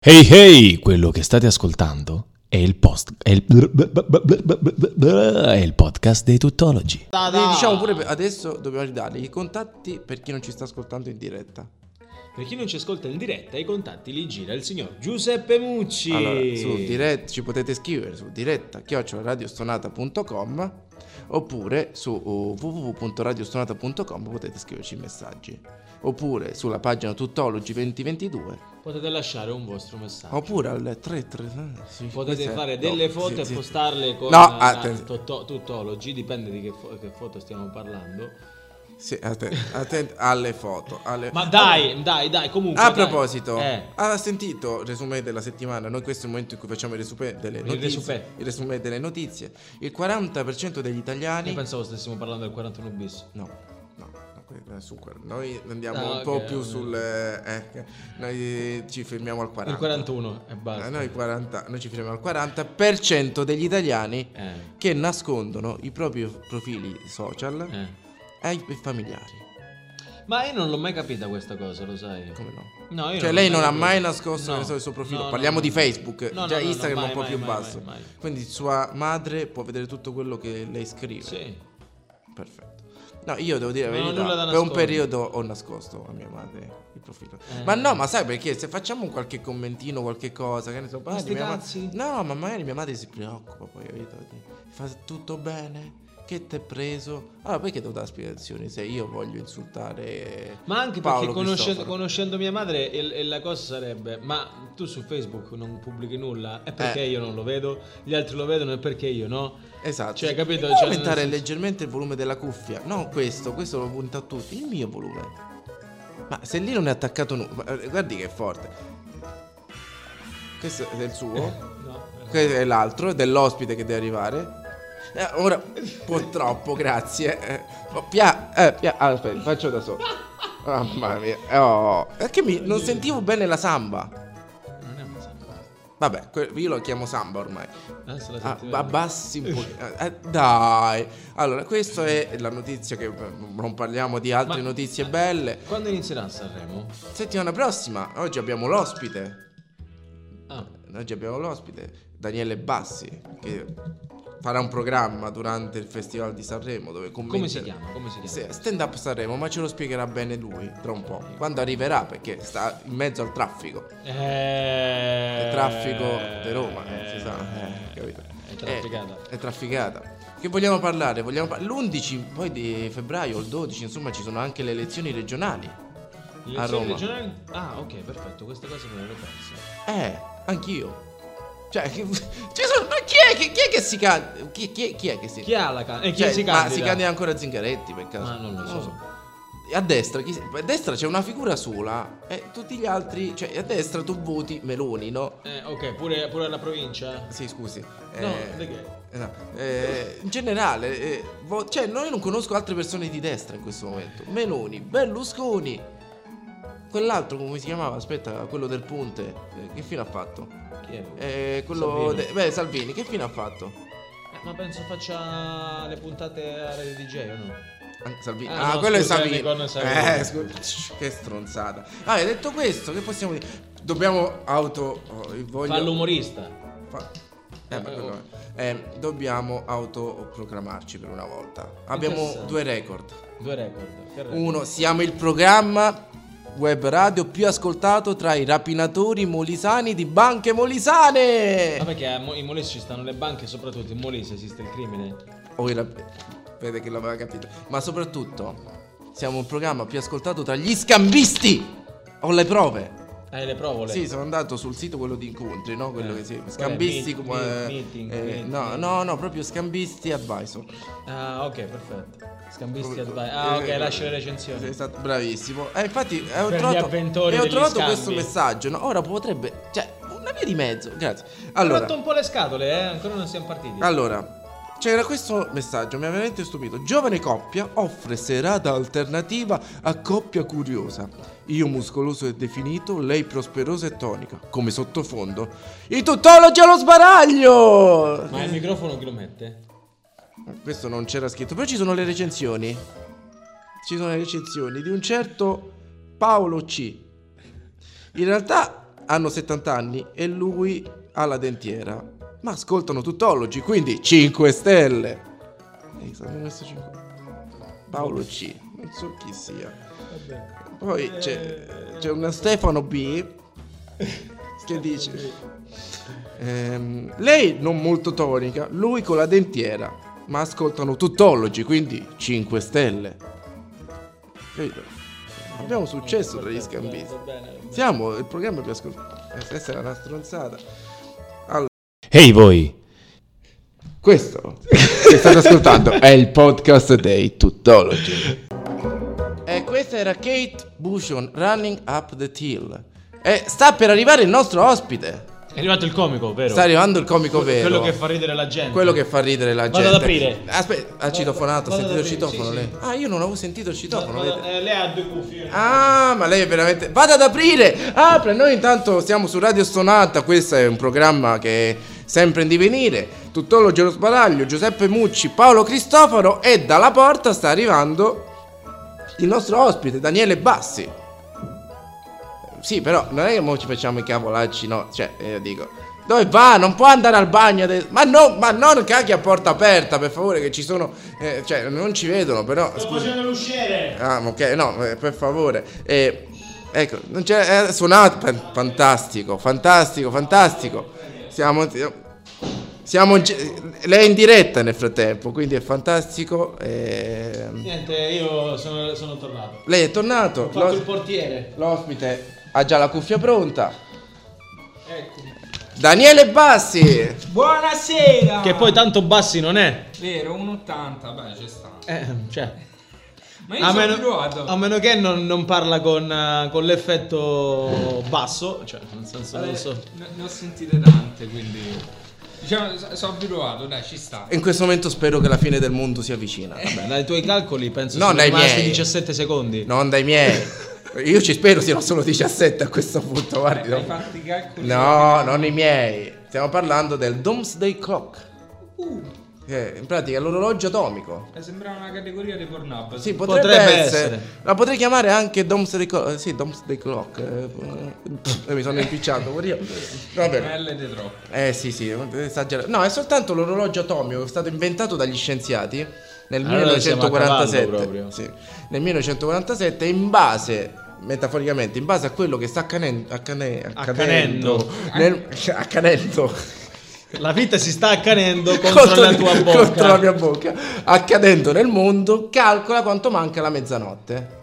Hey hey, quello che state ascoltando è il, post, è il, è il podcast dei tuttologi. Quindi Diciamo Ah. pure per- adesso dobbiamo ridare i contatti per chi non ci sta ascoltando in diretta. Per chi non ci ascolta in diretta, i contatti li gira il signor Giuseppe Mucci. Allora, su diretta ci potete scrivere su diretta chiocciolaradiostonata.com oppure su uh, www.radiostonata.com potete scriverci i messaggi. Oppure sulla pagina Tuttologi 2022 Potete lasciare un vostro messaggio. oppure al 33 sì, Potete questa Oh, è- fare no, delle sì, foto e sì. postarle con No, ah, la- atten- tutto- tuttologi, dipende di che, fo- che foto stiamo parlando. Sì, atten- atten- alle foto. alle- Ma dai, dai, dai, comunque. Eh, A dai. proposito, Eh, ha sentito il resumé della settimana? Noi questo è il momento in cui facciamo il resumé delle notizie. resumé. il resumé delle notizie. Il 40% degli io italiani... pensavo stessimo parlando del 41 bis. No, no, no, que- eh, su quello. Noi andiamo Ah, un ok, po' più ok. sul... eh, eh, noi ci fermiamo al 40. Il 41 e basta. Eh, noi, 40 noi ci fermiamo al 40% degli italiani Eh, che nascondono i propri profili social eh. ai familiari. Ma io non l'ho mai capita questa cosa, lo sai. Come no? No, io Cioè non lei l'ho non ha capito. mai nascosto No. che ne so, il suo profilo. No, no, Parliamo no, di no. Facebook. No, no, Già no, no, Instagram è mai, un po' mai, più mai, basso. mai, mai. Quindi sua madre può vedere tutto quello che lei scrive. Sì. Perfetto. No, io devo dire la Non ho verità. nulla da Per un nascondere. periodo ho nascosto a mia madre il profilo. Eh. Ma no, ma sai perché? Se facciamo un qualche commentino, qualche cosa, che ne so, sti magari mia ma- cazzi. No, ma magari mia madre si preoccupa poi, capito? Dice, Fa tutto bene? Che t'è preso? Allora, perché devo dare spiegazioni se io voglio insultare Ma anche Paolo perché conoscendo, Cristoforo? conoscendo mia madre il- il- la cosa sarebbe Ma tu su Facebook non pubblichi nulla E perché Eh. io non lo vedo? Gli altri lo vedono e perché io no? Esatto. Cioè, capito? Puoi Cioè, aumentare nel senso- leggermente il volume della cuffia. No, questo, questo lo punta a tutti. Il mio volume. Ma se lì non è attaccato nulla. Guardi che è forte. Questo è il suo. No eh, Questo è l'altro, è dell'ospite che deve arrivare. Eh, ora, purtroppo, grazie. Eh, oh, pia, eh, pia- ah, aspetta, faccio da solo. Mamma mia. Oh, perché mi- non sentivo bene la samba. Non è una samba Vabbè, que- io lo chiamo samba ormai. Ah, se la Ah, senti bene. abbassi un po'. eh, dai. Allora, questa è la notizia che eh, non parliamo di altre Ma- notizie belle. Quando inizierà Sanremo? Settimana prossima, oggi abbiamo l'ospite. Ah, Oggi abbiamo l'ospite, Daniele Bassi, che farà un programma durante il Festival di Sanremo dove come si commenterà- chiama? Come si chiama? Se- Stand up Sanremo, ma ce lo spiegherà bene lui tra un po'. Quando arriverà, perché sta in mezzo al traffico. Eh, È traffico di Roma, eh, si sa, eh, capito? È trafficata Eh, È, è trafficata. Che vogliamo parlare? Vogliamo par- L'11 poi di febbraio o il 12, insomma, ci sono anche le elezioni regionali. Le a elezioni Roma. regionali? Ah, ok, perfetto Questa cosa me l'ero persa Eh, anch'io. Cioè, che- ci sono- ma chi è, che- chi è che si candida? Chi, chi- chi è che si Chi ha la candida? E chi Cioè, si Ma candida? si Oh. candida ancora Zingaretti per caso? Ma non lo so. A destra, chi si- a destra c'è una figura sola e tutti gli altri, cioè a destra tu voti Meloni, no? Eh, ok, pure, pure alla provincia? Sì, scusi. No, eh, di che? Eh, no, eh, in generale, eh, vo- cioè, no, io non conosco altre persone di destra in questo momento. Meloni, Berlusconi, quell'altro come si chiamava? Aspetta, quello del ponte, eh, che fine ha fatto? Chi è lui? Eh, quello Salvini. de- beh, Salvini, che fine ha fatto? Eh, Ma penso faccia le puntate a Radio DJ o no? Ah, Salvini. Ah, Ah, no, quello è scusami, Salvini. con Salvini. Eh, scu- che stronzata. Ah, detto questo, che possiamo dire? Dobbiamo auto. oh, voglio- Fa l'umorista. Fa- Eh, ma quello è. Eh, dobbiamo autoproclamarci per una volta. Abbiamo Interessante. due record. Due record. Che record? Uno, siamo il programma web radio più ascoltato tra i rapinatori molisani di banche Ma molisane. perché a Mo- in Molise ci stanno le banche, soprattutto in Molise esiste il crimine. Oh, il rap- vede che l'aveva capito. Ma soprattutto, siamo il programma più ascoltato tra gli scambisti. Ho le prove. Hai le provole? Sì, sono andato sul sito quello di incontri, no? Quello Eh. che si Qual è? scambisti Meet- come meet- meeting, eh, meeting. no, no, no, proprio scambisti advisor. Ah, ok, perfetto. Scambisti advice. Ah, ok, Eh, lascia le Sei recensioni. stato bravissimo. Eh, infatti, eh, ho Per gli trovato, avventori e ho degli trovato scambi. questo messaggio. no? Ora potrebbe, cioè, una via di mezzo. Grazie. Allora. Allora, Ho rotto un po' le scatole, eh? Ancora non siamo partiti. allora, c'era questo messaggio, mi ha veramente stupito. Giovane coppia offre serata alternativa a coppia curiosa. Io muscoloso e definito, lei prosperosa e tonica. Come sottofondo, i tutologi allo sbaraglio. Ma il microfono chi lo mette? Questo non c'era scritto, però ci sono le recensioni. Ci sono le recensioni di un certo Paolo C. In realtà hanno 70 anni e lui ha la dentiera. Ma ascoltano tuttologi, quindi 5 stelle. Ehi, sono messo 5. Paolo C, non so chi sia. Poi c'è, c'è una Stefano B che dice... Ehm, lei non molto tonica, lui con la dentiera, ma ascoltano tuttologi, quindi 5 stelle. Capito? Abbiamo successo tra gli scambisti. Siamo il programma più ascoltato. Eh, Questa era una stronzata. Ehi voi! Questo che state ascoltando è il podcast dei tuttologi. E questa era Kate Bushon, Running Up the Hill. E sta per arrivare il nostro ospite. È arrivato il comico, vero? Sta arrivando il comico Quello vero. che fa ridere la gente. Quello che fa ridere la Vado gente. ad aprire. Aspetta, ha citofonato, ha vado ad sentito il aprire, citofono sì, lei? sì. Ah, io non avevo sentito il citofono, Vado- vedete? eh, lei ha due cuffie. Ah, ma lei è veramente. Vado ad aprire! Apre! Noi intanto siamo su Radio Sonata. Questo è un programma che è sempre in divenire. Tuttologi lo sbaraglio, Giuseppe Mucci, Paolo Cristoforo e dalla porta sta arrivando il nostro ospite, Daniele Bassi. Eh, Sì, però non è che mo ci facciamo i cavolacci, no? Cioè, io dico. Dove va? Non può andare al bagno adesso. Ma no, ma non cacchi a porta aperta, per favore, che ci sono. eh, cioè, non ci vedono, però. Sto scusa. facendo l'usciere. Ah, ok, no, eh, per favore. Eh, ecco, non c'è, eh, suonato, fan- fantastico, fantastico, fantastico. Siamo, siamo, in gi- lei è in diretta nel frattempo, quindi è fantastico. eh. Niente, io sono, sono tornato. lei è tornato, Ho fatto il l'os- portiere. l'ospite ha già la cuffia pronta. Eccomi. Daniele Bassi! Ah. Buonasera! Che poi tanto bassi non è. Vero, 1,80, beh, c'è sta. Eh, cioè. Ma io A sono meno, più Roado. a meno che non, non parla con, eh, con l'effetto basso, cioè nel senso Vabbè, non so. Eh, ne, ne ho sentite tante, quindi... Diciamo, so- sono più Roado, dai, ci sta. In questo momento spero che la fine del mondo sia vicina. Vabbè, dai tuoi calcoli penso No, sono dai rimasti miei. 17 secondi. Non dai miei. Io ci spero siano solo 17 a questo punto, guardi. Eh, Hai no? fatto i calcoli? No, non i miei. Stiamo parlando del Doomsday Clock. Uh, Che è in pratica l'orologio atomico. mi Eh, sembrava una categoria di Pornhub. Sì, potrebbe, Potrebbe essere. essere. La potrei chiamare anche Doomsday Clock. eh, Sì, Doomsday Clock. eh, eh, mi sono impicciato, pure io. Va bene. L di troppo. Eh sì, sì, esagerato. No, è soltanto l'orologio atomico che è stato inventato dagli scienziati nel Allora siamo a cavallo 1947. proprio. Sì, nel 1947 in base metaforicamente in base a quello che sta accanen- accane- accanendo Accanendo. nel- accanendo La vita si sta accanendo contro, la tua bocca. contro la mia bocca accadendo nel mondo calcola quanto manca la mezzanotte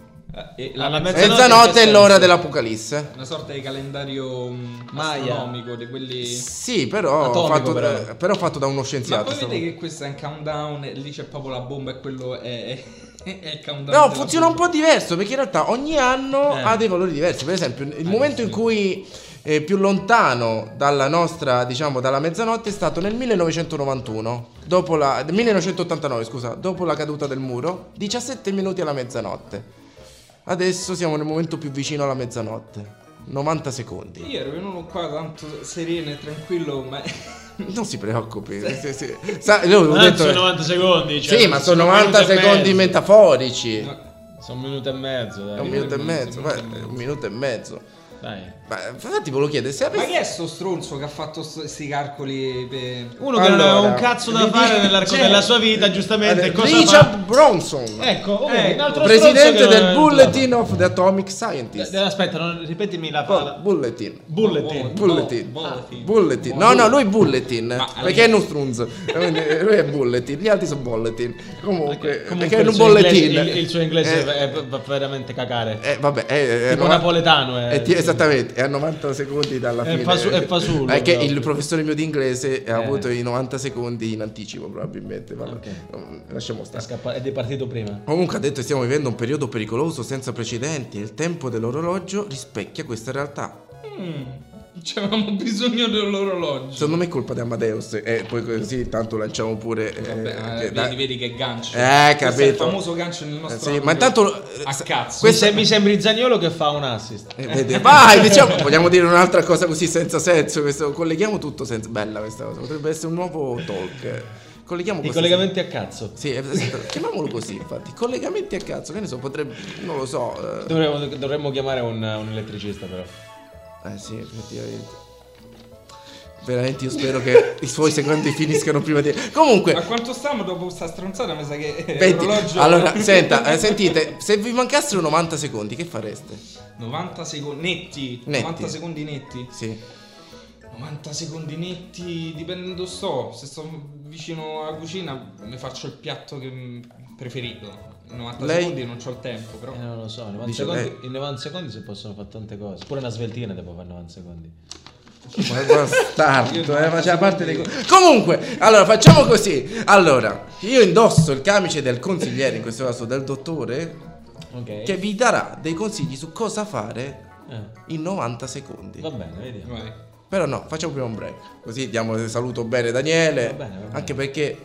Eh, e Alla la- mezza- Mezzanotte in mezzanotte che è l'ora senso? dell'apocalisse Una sorta di calendario mm, Maya. astronomico di quelli... sì però Atomico, fatto, però. però fatto da uno esatto, Ma scienziato poi sta vedi che questo è un countdown, e lì c'è proprio la bomba e quello è, è, è il countdown. No, della funziona un bomba. po' diverso perché in realtà ogni anno Eh. ha dei valori diversi. Per esempio, il Ah, momento giusto. in cui è più lontano dalla nostra, diciamo, dalla mezzanotte è stato nel 1991, dopo la 1989, scusa, dopo la caduta del muro, 17 minuti alla mezzanotte. Adesso siamo nel momento più vicino alla mezzanotte, 90 secondi. Io ero venuto qua tanto sereno e tranquillo, ma Non si preoccupi. sì, sì. Sa- io ho Ma non detto- sono 90 secondi. cioè, sì, ma sono minuto 90 e secondi mezzo. metaforici. Sono un minuto e mezzo, È un dai. minuto e un mezzo, minuto e beh, mezzo. un minuto e mezzo. dai. Ma infatti volevo chiedere se Ma avessi... chi è sto stronzo che ha fatto questi calcoli Ah, per... Uno che non Allora, Cioè, aveva un cazzo da Richard- fare nell'arco della sua vita, giustamente. Allora, cosa Richard Bronson, fa? Ecco, oh, vedi, un altro eh, presidente stronzo che non- del Bulletin of the Atomic Scientists. Eh, Aspetta, non- ripetimi la Oh, parola. bulletin. Bulletin. Bu- Bulletin. bu- bulletin. Bulletin. No, no, lui è Bulletin. Ma- perché è Nustrunz. Quindi lui è Bulletin. Gli altri sono Bulletin. Comunque, Ok, perché è il un suo Bulletin. inglese- il, il suo inglese Eh, è- fa veramente cagare. eh, vabbè, è, è Tipo novanta- napoletano, eh. è ti- esattamente, è a 90 secondi dalla È fine. fasu- è fasullo, È che proprio. il professore mio di inglese ha Eh. avuto i 90 secondi in anticipo, probabilmente. ma Ok. no, Lasciamo È, stare. scappa- è departito prima. Comunque ha detto che stiamo vivendo un periodo pericoloso senza precedenti e il tempo dell'orologio rispecchia questa realtà. Mm, C'avevamo bisogno dell'orologio. Secondo me è colpa di Amadeus e poi così tanto lanciamo pure... eh, Vabbè, che- eh, dai. vedi, vedi che gancio. Eh, Questo è il capito. famoso gancio nel nostro... Eh, sì, amico. ma intanto... eh, A sa- cazzo. Questa... Mi, sem- mi sembri Zagnolo che fa un assist. eh, vede- Vai, diciamo, vogliamo dire un'altra cosa così senza senso, questo- colleghiamo tutto senza... Bella questa cosa, potrebbe essere un nuovo talk. Colleghiamo I questo- collegamenti a cazzo. Sì, eh, esatto. chiamiamolo così infatti, collegamenti a cazzo, che ne so, potrebbe... non lo so... eh. Dovremmo, dovremmo chiamare un, un elettricista però. Eh sì, effettivamente. Veramente io spero che i suoi secondi finiscano prima di... A Comunque, quanto stiamo dopo sta stronzata? Mi sa che eh, venti- l'orologio- allora, senta, eh, sentite, se vi mancassero 90 secondi, che fareste? 90 secondi netti, Netti. 90 secondi netti. Sì. 90 secondi netti, dipende dove sto. Se sto vicino alla cucina, mi faccio il piatto che mm, preferito. In 90 Lei- secondi non ho il tempo, però. Eh, non lo so, 90 Dice, eh. secondi, in 90 secondi si possono fare tante cose. Pure una sveltina devo fare 90 secondi. Ma bastardo, Io eh, non lo faceva so parte dei... dire. Comunque, allora facciamo così. Allora, io indosso il camice del consigliere, in questo caso del dottore, Ok. che vi darà dei consigli su cosa fare Eh, in 90 secondi. va bene, Eh. vediamo. Vai. Però no, facciamo prima un break. Così diamo il saluto bene Daniele. Va bene, va bene. Anche perché...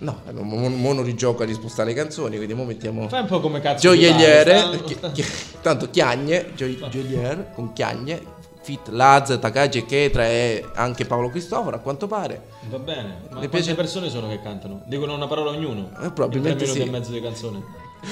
No, mo- mo, mo non rigioca a rispostare le canzoni, quindi mo mettiamo... Fai un po' come cazzo. Gioielliere, ti chi- pare, sta- chi- tanto Chiagne, gio- Gioielliere con Chiagne, Fit Laz, Takagi e Chetra e anche Paolo Cristoforo a quanto pare. Va bene, ma Le quante piace- persone sono che cantano? Dicono una parola ognuno. Eh, probabilmente in tre minuti sì. e mezzo di canzone.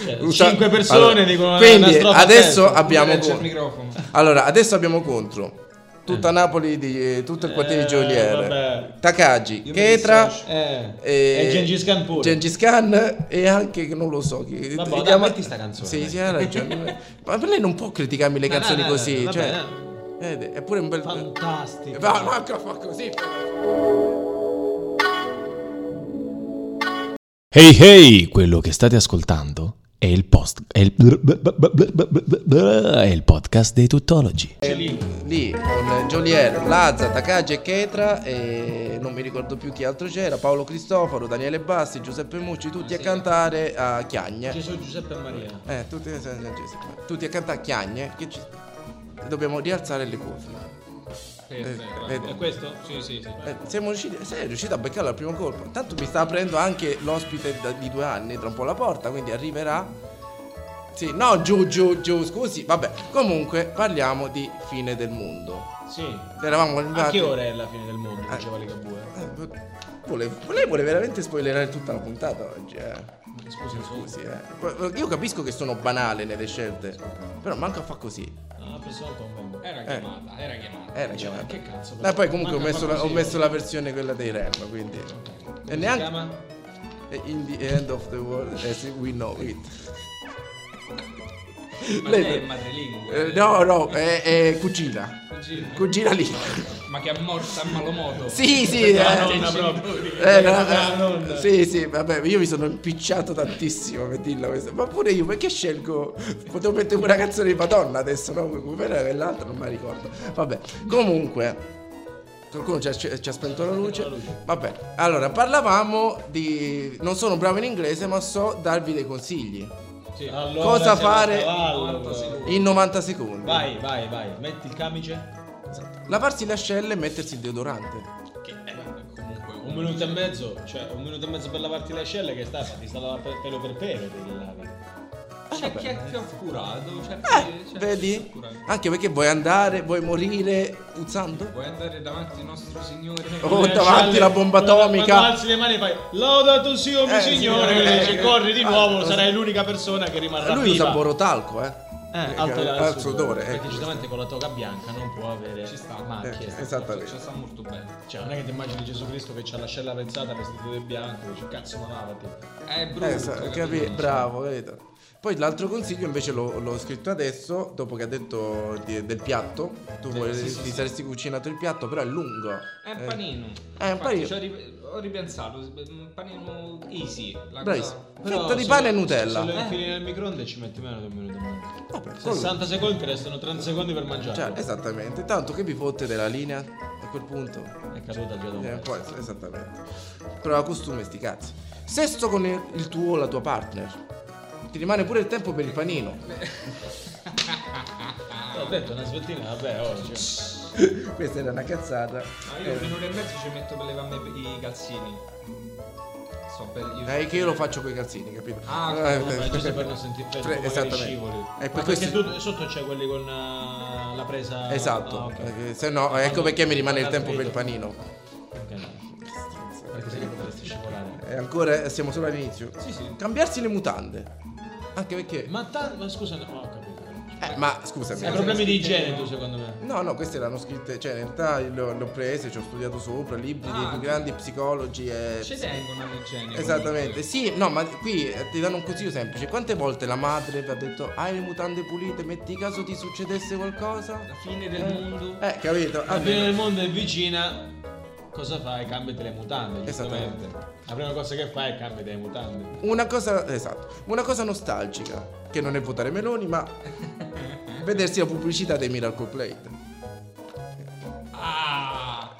Cioè, Usa- cinque persone Allora, dicono una- quindi una strofa a adesso testa. Abbiamo Legge con- il microfono. Allora, adesso abbiamo contro tutta Eh. Napoli, di, tutto il quartiere di Eh, Gioielliere, vabbè. Takagi, mi Chetra dissocio. Eh, e, e Gengis Khan pure. Gengis Khan e anche non lo so chi. si Vabbè, dai, chiama- metti sta canzone, Sì, dai. sì, ha ragione. Ma per lei non può criticarmi le No, canzoni no, no, così, no, vabbè, cioè no. ed è pure un bel Fantastico. Va, manca fa così. Hey hey, quello che state ascoltando è il post è il, è il podcast dei tuttologi. C'è lì. Lì con Giolier, Lazza, Takagi e Chetra e non mi ricordo più chi altro c'era, Paolo Cristoforo, Daniele Bassi, Giuseppe Mucci, tutti Ah, a sì. cantare a Chiagne. Gesù, Giuseppe e Maria. Eh, tutti, tutti a cantare a Chiagne. Che ci... Dobbiamo rialzare le curve. Aspetta, Eh, guarda. vedi. È questo? Sì, sì, sì. Eh, siamo riusciti, sei riuscito a beccarlo al primo colpo. Tanto mi sta aprendo anche l'ospite da- di due anni, tra un po' la porta, quindi arriverà. Sì, no, giù, giù, giù, scusi. Vabbè, comunque parliamo di fine del mondo. Sì. Eravamo A arrivati... che ora è la fine del mondo? Diceva Ligabue. Eh, vu- vuole- lei vuole veramente spoilerare tutta la puntata oggi, eh? Scusa, Scusi, eh. Poi- Io capisco che sono banale nelle scelte, però manca fa così. Ah, pensavo al convento. Era chiamata, era chiamata. Eh. Era chiamata. Cioè, Che cazzo? Eh, poi comunque ho Manca messo, fa la, ho così. messo la versione quella dei rap, quindi... E Si neanche... chiama? E in the end of the world as we know it. Ma Lei- lei, è madrelingua. Eh, no, no, è, è cugina. Cugina. Cugina lì. Ma che è morta a malomoto. Sì, sì, eh. La nonna proprio. Eh, no, La eh, nonna. sì, sì, vabbè, io mi sono impicciato tantissimo per dirla questa. Ma pure io, perché scelgo? Potevo mettere una canzone di Madonna adesso, no? Quella e l'altra non me la ricordo. Vabbè, comunque. Qualcuno ci ha, ci ha spento la luce. Vabbè, allora parlavamo di. Non sono bravo in inglese, ma so darvi dei consigli. Sì, allora Cosa siamo a fare- cavallo. 90 secondi. In 90 secondi. Vai, vai, vai. Metti il camice. Lavarsi le ascelle e mettersi il deodorante. Che è comunque Un minuto e mezzo, cioè un minuto e mezzo per lavarti le ascelle che stai, ma ti sta lavando per- pelo per pelo devi lavare. C'è chi è più accurato. C'è Ah, Eh, chi, c'è chi è più vedi? accurato. Anche perché vuoi andare, vuoi morire puzzando? Vuoi andare davanti al nostro signore? Oh, Le davanti ascelle, la bomba quando- atomica. Quando alzi le mani e fai Laudato sì, oh mio Eh, signore, signore, dici, eh, corri di eh, nuovo, lo sarai l'unica persona che rimarrà Eh, Lui viva. usa borotalco, eh. eh, alto Eh, dal al sudore, eh, perché questo. giustamente con la toga bianca non può avere Ci sta. macchie. Eh, esattamente. Ci sta molto bene. Cioè, non è che ti immagini Gesù Cristo che c'ha l'ascella pensata vestito di bianco, dici cazzo, ma lavati. È brutto. Eh, sa- capi- bravo, vedo. Poi l'altro consiglio invece l'ho, l'ho scritto adesso, dopo che ha detto di- del piatto. Tu vuoi- ti saresti cucinato il piatto, però è lungo. È un Eh, panino. È un Infatti, panino. ci Ho, ri- ho ripensato. Un panino easy. La Bravissimo. cosa- Però Fritto di se pane lo- e Nutella. Se lo Eh. infili nel microonde ci metti meno di un minuto e mezzo. Vabbè, quello- 60 secondi restano 30 secondi per Cioè, mangiare. esattamente. Tanto che vi fotte della linea a quel punto. È caduta già da un Eh, pezzo. poi, esattamente. Però la costume sti cazzi. Sesto con il, il tuo o la tua partner. Ti rimane pure il tempo per il panino. Eh. Ho detto una sveltina, vabbè, oggi. Questa era una cazzata. Eh. Ma io un minuto e mezzo ci metto per levarmi i calzini. So belli. io- Eh, che io lo faccio coi calzini, capito? Ah, Eh, Vabbè, eh, giusto per non sentire per Tre- dopo magari esattamente. scivoli. Eh, Ma per perché questi- tu- sotto c'è quelli con eh, la presa. Esatto. Ah, ok. Eh, se no, ecco Quando- perché mi rimane il quando tempo per il attrito. panino. Ok. Perché se no potresti scivolare. E ancora eh, siamo solo all'inizio. Sì, sì. Cambiarsi le mutande. Anche perché. Ma, ta- ma scusa, no, ho capito. Eh, ma scusami. Hai cosa- problemi di igiene tu, secondo me. No, no, queste erano scritte, cioè in realtà io le ho- le ho prese, ci ho studiato sopra, libri Ah. di grandi psicologi e... Ci tengono all'igiene. Esattamente, sì, no, ma qui eh, ti danno un consiglio semplice. Quante volte la madre vi ha detto hai le mutande pulite, metti caso ti succedesse qualcosa? La fine del mondo. Eh, capito? La fine Almeno- del mondo è vicina. Cosa fai? Cambiati le mutande. Esattamente. Esattamente. La prima cosa che fai è cambiati le mutande. Una cosa, esatto, una cosa nostalgica, che non è votare Meloni, ma vedersi la pubblicità dei Miracle Plate. Ah,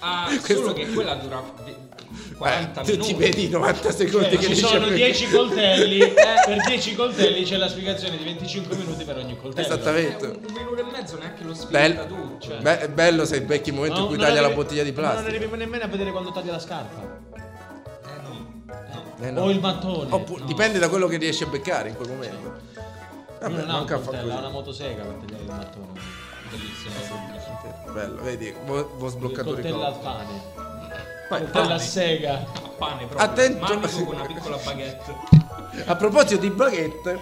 ah Questo- solo che quella dura ve- 40 Eh, tu minuti. ti vedi i 90 secondi Eh, che ci dice sono perché- 10 coltelli. eh, per 10 coltelli c'è la spiegazione di 25 minuti per ogni coltello. Eh, Esattamente. un, un minuto e mezzo neanche lo Bel- spinta tu. Cioè. Beh, è bello se il vecchio Ma momento in cui non taglia la arrivi- bottiglia di ma Non plastica. arrivi nemmeno a vedere quando taglia la scarpa. Eh no, no. Eh, no. O il mattone. Oppu- No. Dipende da quello che riesci a beccare in quel momento. Vabbè, Lui non ha un manca a far coltello, ha così. una motosega per tagliare il mattone. Bellissimo. Eh, Bello, vedi, vo- vo Il sbloccato coltello al ricordo. pane. Vai, Coltello a pane. sega. A pane proprio. Attento. Manico con una piccola baguette. A proposito di baguette,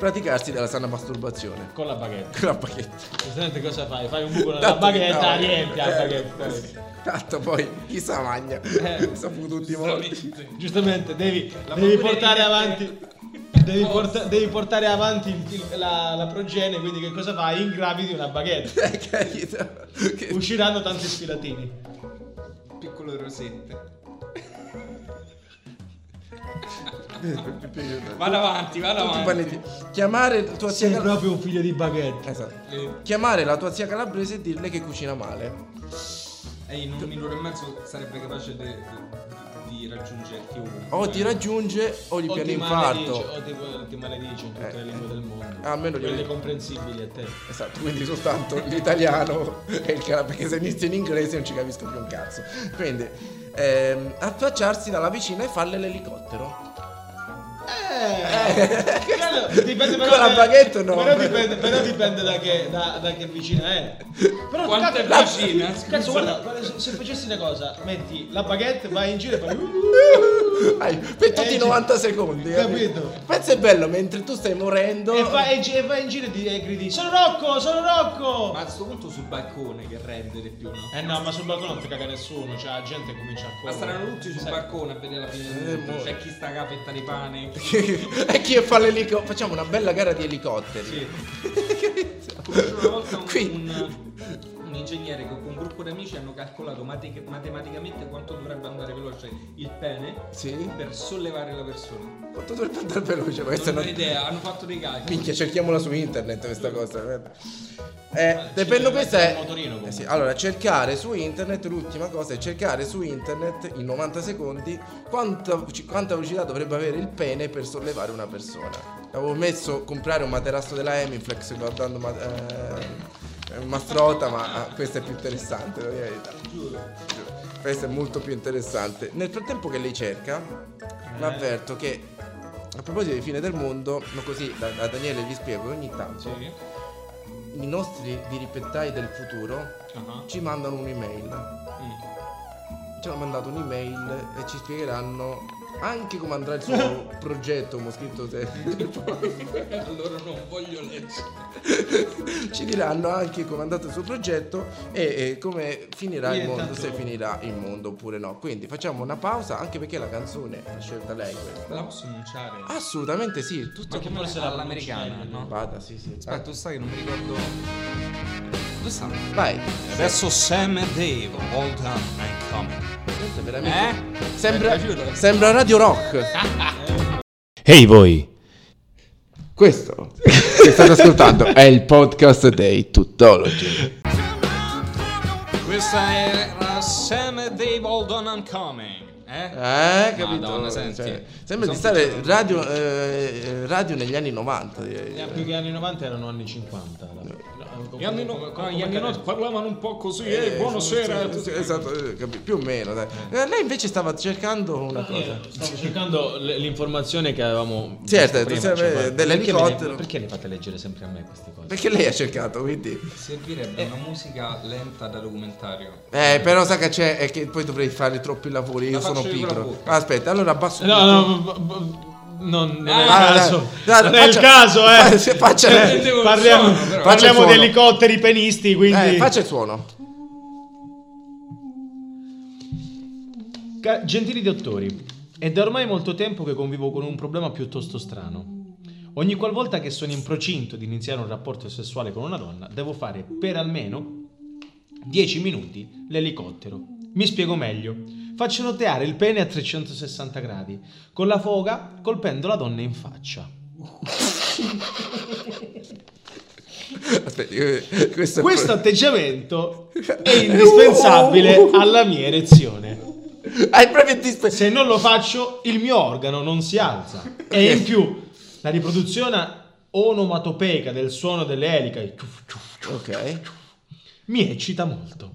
praticarsi della sana masturbazione. Con la baguette. Con la baguette. Giustamente cosa fai? Fai un buco nella Tanto che baguette, no, la riempi la eh, baguette. Tanto poi chi sa magna. Eh, Saputo tutti i morti. Veramente. Giustamente devi, La devi paura portare di- avanti devi, porta- devi portare avanti il- il- la, la progenie, quindi che cosa fai? Ingravidi una baguette. Eh, capito? Che- Usciranno tanti sfilatini. Piccole rosette. Vado avanti, vado Tutti avanti. panetti. Chiamare tua zia Sei calabrese. proprio un figlio di baguette. Esatto. Eh, Chiamare la tua zia calabrese e dirle che cucina male. E Eh, in un minuto e mezzo sarebbe capace de- de- di raggiungerti ovunque. O Oh, ti raggiunge o gli Eh. o piace ti "Oh". maledici, infarto. o ti, ti maledici in tutte Eh, le lingue del mondo. almeno gli- Quelle comprensibili a te. Esatto, quindi soltanto l'italiano e il calabrese, perché se inizio in inglese non ci capisco più un cazzo. Quindi, ehm, affacciarsi dalla vicina e farle l'elicottero. Eh, Quello dipende però Eh, Con la da- baguette no. Però dipende, però dipende da, che, da, da che vicina è. Però Quanto è cazzo- vicina, scusa. Cazzo, guarda, guarda, se, se facessi una cosa, metti la baguette, vai in giro e fai. Ai, per tutti Eh, gi- i 90 secondi. capito. Il pezzo è bello mentre tu stai morendo. E vai, in gi- e vai in giro e, di- e gridi: Sono Rocco, sono Rocco! Ma a sto punto sul balcone che rende di più, no? Eh no, ma sul balcone non ti caga nessuno, cioè la gente comincia a correre. Ma staranno tutti sul Sai, balcone a vedere la fine Eh, del mondo. boh. C'è chi sta a fetta di pane. e chi fa l'elicottero? Facciamo una bella gara di elicotteri. Sì. Conoscevo una volta un, Qui- un- un ingegnere che con un gruppo di amici hanno calcolato mate- matematicamente quanto dovrebbe andare veloce il pene Sì. per sollevare la persona. Quanto dovrebbe andare veloce cioè, questa? non ho non- idea, hanno fatto dei calcoli. Minchia, cerchiamola su internet questa cosa. Ma Eh, ci depende Ah, deve questa essere è. un motorino, comunque. eh sì, allora, cercare su internet, l'ultima cosa è cercare su internet in 90 secondi quanta, ci- quanta velocità dovrebbe avere il pene per sollevare una persona. Avevo messo comprare un materasso della Hemiflex guardando ma, eh, Mastrota, ma eh, questa è più interessante, devo dire la verità. Giuro. Giuro. Questo è molto più interessante. Nel frattempo che lei cerca, vi avverto che a proposito di fine del mondo, no, così da- a Daniele vi spiego che ogni tanto Sì. i nostri dirimpettai del futuro Ah. ci mandano un'email. Mm. Ci hanno mandato un'email e ci spiegheranno anche come andrà il suo progetto, come ho scritto te. Allora non voglio leggere. ci diranno anche come è andato il suo progetto e, e come finirà il Io mondo, intanto- se finirà il mondo oppure no. Quindi facciamo una pausa, anche perché la canzone l'ha scelta lei questa. La posso annunciare? Assolutamente sì, Ah, tutto Ma che forse la all'americana, pronuncia meglio, no? Vada, sì, sì. Aspetta, tu sai che non mi ricordo. Dove sta? Vai. Adesso Sam e Dave, all done and coming. Questo è veramente. Eh? Sembra, Mi è piaciuto? sembra Radio Rock. Ehi voi, Questo che state ascoltando è il podcast dei Tutology. Questa era Sam e Dave, all done and coming. Eh? Eh, capito? Cioè, Madonna, senti. sembra di Mi son stare piaciuto. radio, eh, radio negli anni 90, direi. eh, Più che anni 90 erano anni 50. alla fine. No, Gli anni come- no- come- gli anni come- 90 parlavano un po' così, Eh, eh, buonasera. sì, sì, esatto, eh, capi- più o meno. Dai. Eh, lei invece stava cercando una cosa. Io Stavo cercando le- l'informazione che avevamo. Certo, visto tu prima, sai, guarda, dell'elicottero. Perché, me le- perché le fate leggere sempre a me queste cose? Perché lei ha cercato, quindi. Servirebbe una musica lenta da documentario. Eh, però sa che c'è. È che poi dovrei fare troppi lavori. Io La sono faccio io con la pigro. bocca. Aspetta, allora abbasso. No, tutto. no, b- b- b- Non nel Ah, caso. dai, dai, non è il faccia- caso, eh. faccia- faccia- Cioè, Devo- parliamo suono, però. Faccia il parliamo di suono. elicotteri penisti, quindi... Eh, faccia il suono. Ca- Gentili dottori, è da ormai molto tempo che convivo con un problema piuttosto strano. Ogni qualvolta che sono in procinto di iniziare un rapporto sessuale con una donna, devo fare per almeno 10 minuti l'elicottero. Mi spiego meglio. Faccio roteare il pene a 360 gradi, con la foga colpendo la donna in faccia. Aspetta, eh, questo è Questo atteggiamento è indispensabile alla mia erezione. proprio- Ah, è proprio Se indispensabile. non lo faccio, il mio organo non si alza. E in più, la riproduzione onomatopeica del suono delle eliche il ciuf, ciuf, ciuf, Ok. mi eccita molto.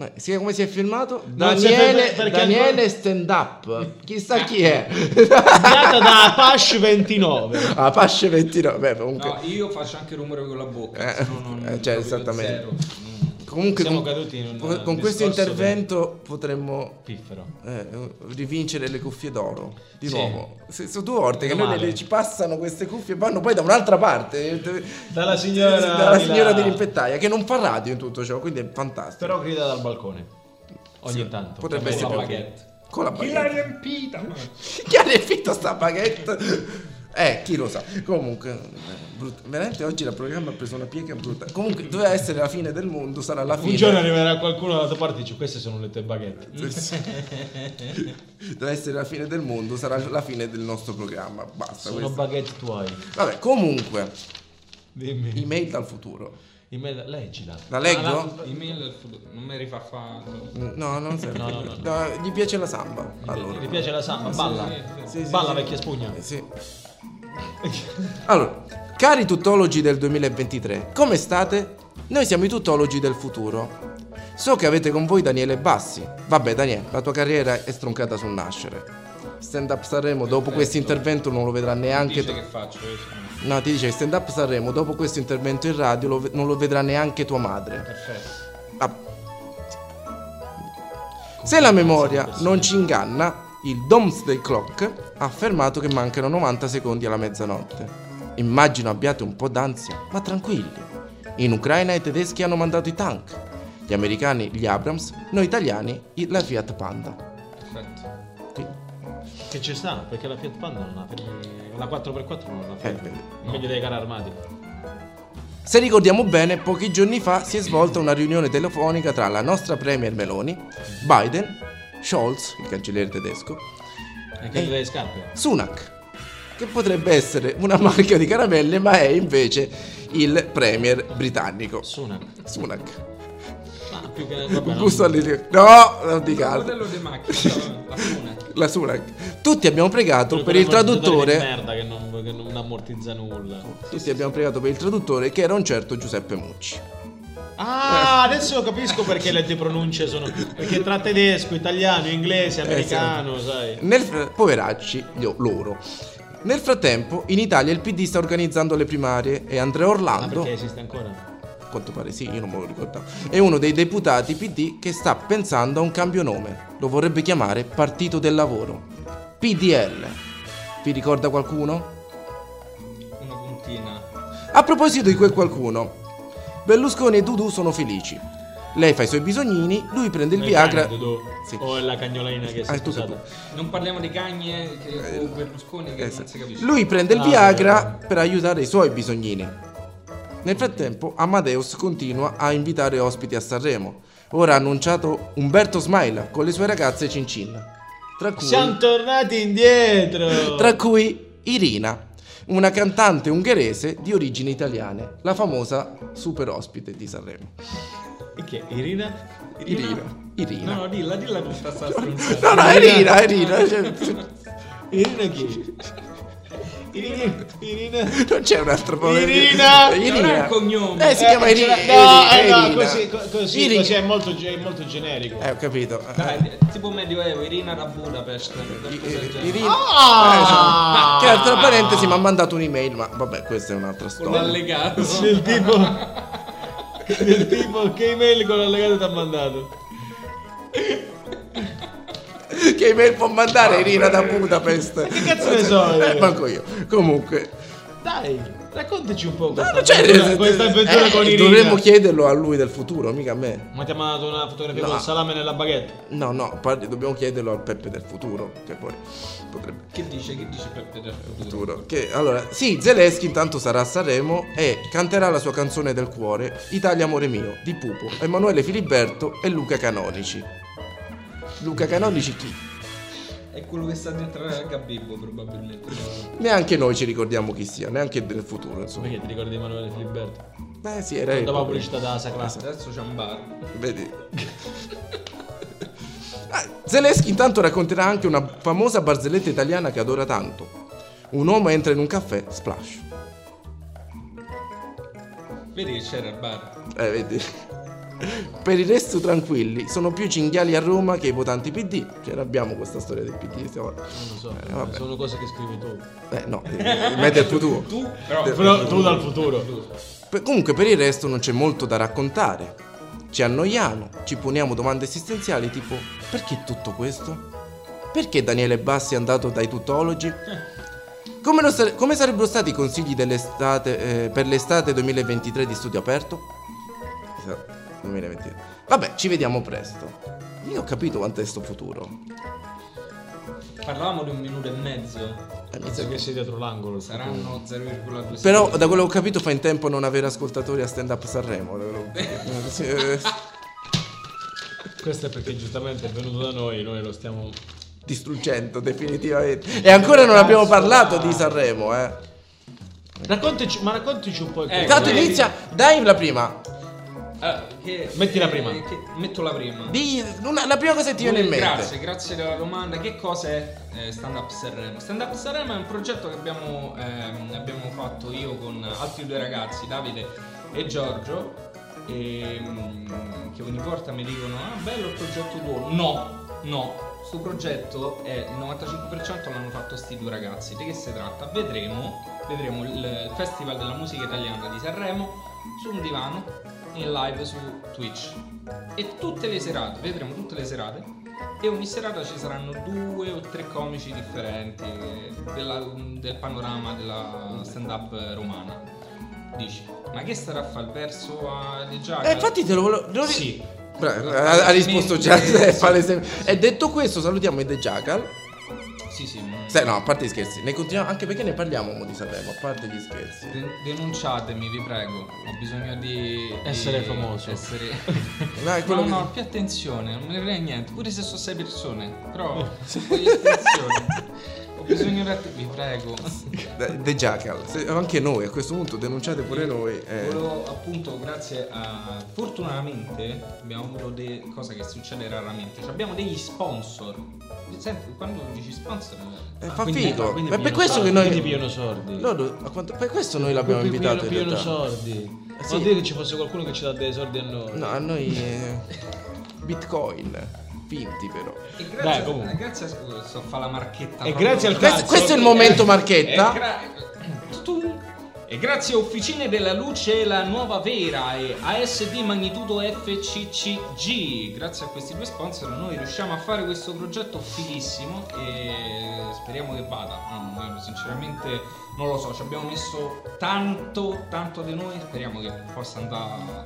Eh, sì, come si è firmato? si è Daniele, fermato perché Daniele ancora- Stand Up. Chissà chi è. Creata da Apache 29. Ah, Pasce 29. Beh, comunque, No, io faccio anche rumore con la bocca, Eh, se no non eh, cioè, proprio esattamente. zero. Mm. comunque Siamo con, caduti in un con- con discorso questo intervento potremmo del piffero. eh, rivincere le cuffie d'oro. Di Sì. nuovo. Se- Sono due volte che Meno noi le- male. ci passano queste cuffie e vanno poi da un'altra parte. Dalla signora Dalla di là. signora di rimpettaia che non fa radio in tutto ciò, quindi è fantastico. Però grida dal balcone. Ogni Sì, tanto. potrebbe Con essere la più- baguette. Con la Chi baguette. l'ha riempita? Chi ha riempito sta baguette? Eh, chi lo sa. Comunque, eh, brutta- veramente oggi la programma ha preso una piega brutta. Comunque, doveva essere la fine del mondo, sarà la fine. Un giorno arriverà qualcuno dalla tua parte e dice queste sono le tue baguette. Doveva essere la fine del mondo, sarà la fine del nostro programma. Basta. Sono questo. baguette tuoi. Vabbè, comunque, Dimmi. email dal futuro. Email, leggila. La leggo? Ah, la- Email del futuro, non mi rifà fare... No, non serve. No, no, no. No, gli piace la samba. Allora. Mi piace la samba, balla. Sì, sì, Balla sì. vecchia spugna. Eh, Sì. Allora, cari tuttologi del 2023, come state? Noi siamo i tuttologi del futuro. So che avete con voi Daniele Bassi. Vabbè, Daniele, la tua carriera è stroncata sul nascere. Stand up Sanremo dopo questo intervento non lo vedrà neanche. Dice che faccio? io sono- No, ti dice che stand up Sanremo dopo questo intervento in radio lo ve- non lo vedrà neanche tua madre. Perfetto. Ah. Se la memoria non ci inganna, il Domesday Clock ha affermato che mancano 90 secondi alla mezzanotte. Immagino abbiate un po' d'ansia, ma tranquilli. In Ucraina i tedeschi hanno mandato i tank, gli americani gli Abrams, noi italiani i- la Fiat Panda. Perfetto. Sì, Che ci sta, perché la Fiat Panda non ha fermi- La 4x4 non ha eh, fermi. bene. Quindi dei carri armati. Se ricordiamo bene, pochi giorni fa si è svolta una riunione telefonica tra la nostra Premier Meloni, Biden, Scholz, il cancelliere tedesco, E Eh. che delle scarpe. Sunak, che potrebbe essere una marca di caramelle, ma è invece il premier britannico. Suona. Sunak. Ma più che vabbè, Un no. gusto all'inizio. No, non dica Il altro. modello di macchina, la fune. La Sunak. Tutti abbiamo pregato Quello- per il quello amortizzatore traduttore. Oh. di merda che non, che non ammortizza nulla. Tutti abbiamo pregato per il traduttore che era un certo Giuseppe Mucci. Ah, adesso capisco perché le tue pronunce sono. Perché tra tedesco, italiano, Eh, inglese, americano, sai. Nel fr- poveracci gli- loro. Nel frattempo, in Italia il PD sta organizzando le primarie e Andrea Ma Orlando. Ah, perché esiste ancora? A quanto pare sì, io non me lo ricordavo. È uno dei deputati PD che sta pensando a un cambio nome. Lo vorrebbe chiamare Partito del Lavoro. PDL. Vi ricorda qualcuno? Una puntina. A proposito di quel qualcuno, Berlusconi e Dudu sono felici. Lei fa i suoi bisognini, lui prende il È Viagra. cane, Dudu. Sì. O è la cagnolina che si Ah, è è tutto scusata. Non parliamo di cagne che, o Berlusconi che Eh, non sì. si capisce. Lui prende il Ah, Viagra per aiutare i suoi bisognini. Nel frattempo, Amadeus continua a invitare ospiti a Sanremo. Ora ha annunciato Umberto Smaila con le sue ragazze Cincin. Tra cui, Siamo tornati indietro. tra cui Irina, una cantante ungherese di origini italiane, la famosa super ospite di Sanremo. Che Irina? Irina. No, Irina. no, dilla, dilla con sta sta No, stronzata. no, Irina, Irina. cioè, Irina chi? Irina, Irina. Non c'è un altro po'. Irina! Non è un cognome. Eh, si chiama Eh, Irina. ce la- No, eh, Irina. no, così, co- così, Irina. così è molto, ge- è molto generico. Eh, ho capito. Eh, Dai, tipo Medioevo, Irina da Budapest. qualcosa eh, del genere. Irina. Ah! Che tra parentesi mi ha mandato un'email, ma vabbè, questa è un'altra Con storia. l'allegato. Del tipo... del tipo che email con l'allegato ti ha mandato? che email può mandare Irina da Budapest? Che cazzo ne so io? Eh, manco io. Comunque, Dai, raccontaci un po' no, questa non c'è- avventura, questa avventura eh, con Irina. Dovremmo chiederlo a lui del futuro, mica a me. Ma ti ha mandato una fotografia No. col salame nella baguette? No, no, par- dobbiamo chiederlo al Peppe del futuro, che poi potrebbe Che dice? Che dice Peppe del futuro? futuro. Che allora, sì, Zelensky intanto sarà a Sanremo e canterà la sua canzone del cuore, Italia amore mio, di Pupo, Emanuele Filiberto e Luca Canonici. Luca Canonici chi? È quello che sta dentro a Gabibbo probabilmente. Neanche noi ci ricordiamo chi sia, neanche del futuro, insomma. Perché ti ricordi Emanuele Filiberto? Eh sì, era Dopo la Pupo. pubblicità della Sacra. Adesso c'è un bar. Vedi. Ah, Zelensky intanto racconterà anche una famosa barzelletta italiana che adora tanto. Un uomo entra in un caffè, splash. Vedi che c'era il bar. Eh, vedi. Per il resto tranquilli, sono più cinghiali a Roma che i votanti PD. Ce l'abbiamo questa storia del PD. stiamo- Non lo so, Eh, vabbè. sono cose che scrivi tu. Eh no, eh, me del futuro. Tu, però. Eh, Però tu dal futuro. Per- comunque per il resto non c'è molto da raccontare. Ci annoiamo, ci poniamo domande esistenziali tipo perché tutto questo? Perché Daniele Bassi è andato dai tutologi? Come, lo sare- come sarebbero stati i consigli dell'estate, eh, per l'estate 2023 di studio aperto? Chissà, 2023. Vabbè, ci vediamo presto. Io ho capito quanto è sto futuro. Parlavamo di un minuto e mezzo. Eh, mi sa Penso che- che sei dietro l'angolo. Saranno 0,2 Però da quello che ho capito fa in tempo a non avere ascoltatori a stand up Sanremo. da quello che- Sì, eh, Questo è perché giustamente è venuto da noi, noi lo stiamo... distruggendo definitivamente. E ancora non abbiamo Cazzo, parlato dai. di Sanremo, eh. Raccontaci, ma raccontaci un po' il Eh, tuo- Intanto vedi. inizia, dai la prima. Ah, che- Metti la prima. eh, che- metto la prima. Di, una- la prima cosa che ti viene in mente. Grazie, grazie della domanda. Che cosa è eh, Stand Up Sanremo? Stand Up Sanremo è un progetto che abbiamo, ehm, abbiamo fatto io con altri due ragazzi, Davide e Giorgio, ehm, che ogni volta mi dicono, ah bello il progetto tuo. No, no. Questo progetto è il 95% l'hanno fatto sti due ragazzi. Di che si tratta? Vedremo, vedremo il Festival della Musica Italiana di Sanremo su un divano in live su Twitch. E tutte le serate, vedremo tutte le serate. E ogni serata ci saranno due o tre comici differenti della- del panorama della stand-up romana. Dici, ma che starà a fare il verso a De Giaga? Eh, infatti te lo volevo. lo ri- Sì. Bra- ha, ha risposto già. Sì. eh, palese- E detto questo, salutiamo i The Jackal. Sì, sì. mm. Se, no, a parte gli scherzi, ne continuiamo anche perché ne parliamo mo di Sanremo, a parte gli scherzi. Den- denunciatemi, vi prego. Ho bisogno di. di Essere famoso. Essere. No, Ah, è quello No, che- no, più attenzione, non me ne frega niente, pure se sono sei persone, però voglio attenzione. Ho bisogno di att- vi prego. eh, The- The Jackal. Se- anche noi a questo punto denunciate pure noi. eh. Volevo appunto, grazie a... Fortunatamente abbiamo avuto de... cosa che succede raramente, cioè abbiamo degli sponsor. Senti, quando dici sponsor... Eh, fa Quindi- figo. quindi Ma è per pigliano questo che soldi, noi. Quindi pigliano sordi. No, no, a quanto- Per questo noi l'abbiamo invitato in pigliano realtà. sordi. Eh, sì. Vuol dire che ci fosse qualcuno che ci dà dei sordi a noi. No, a noi eh, Bitcoin, finti però. E Dai, grazie, comunque. eh, grazie a... So, fa la marchetta. E proprio. grazie al Questo, cazzo. questo è il momento E marchetta. gra- tu- E grazie a Officine della Luce la nuova vera e ASD Magnitudo FCCG. Grazie a questi due sponsor noi riusciamo a fare questo progetto fighissimo e speriamo che vada. Mm, io sinceramente non lo so, ci abbiamo messo tanto, tanto di noi, speriamo che possa andare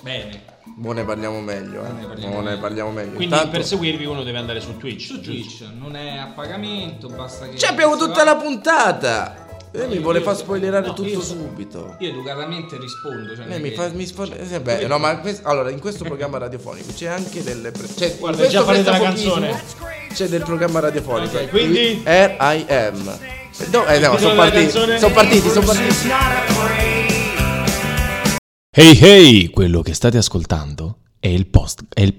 bene. Mo ne parliamo meglio, eh. Ne parliamo Mo ne meglio. parliamo meglio. Quindi Intanto- per seguirvi uno deve andare su Twitch. Su giusto? Twitch non è a pagamento, basta che... Ci Cioè, abbiamo tutta la puntata puntata. Lei mi vuole io- far spoilerare no, tutto io- subito. Io educatamente rispondo. Cioè Lei non è mi che- fa. Mi sfor- eh, sì, beh, no, ma quest- allora, in questo programma radiofonico c'è anche delle. pre- C'è, in Guarda, questo già fare della prestafochismo canzone. C'è del programma radiofonico. Ok, quindi? R.I.M. Eh, No, eh, no, Il titolo sono della partiti. canzone? Sono partiti, sono partiti. She's not afraid. Hey hey, quello che state ascoltando è il post è il,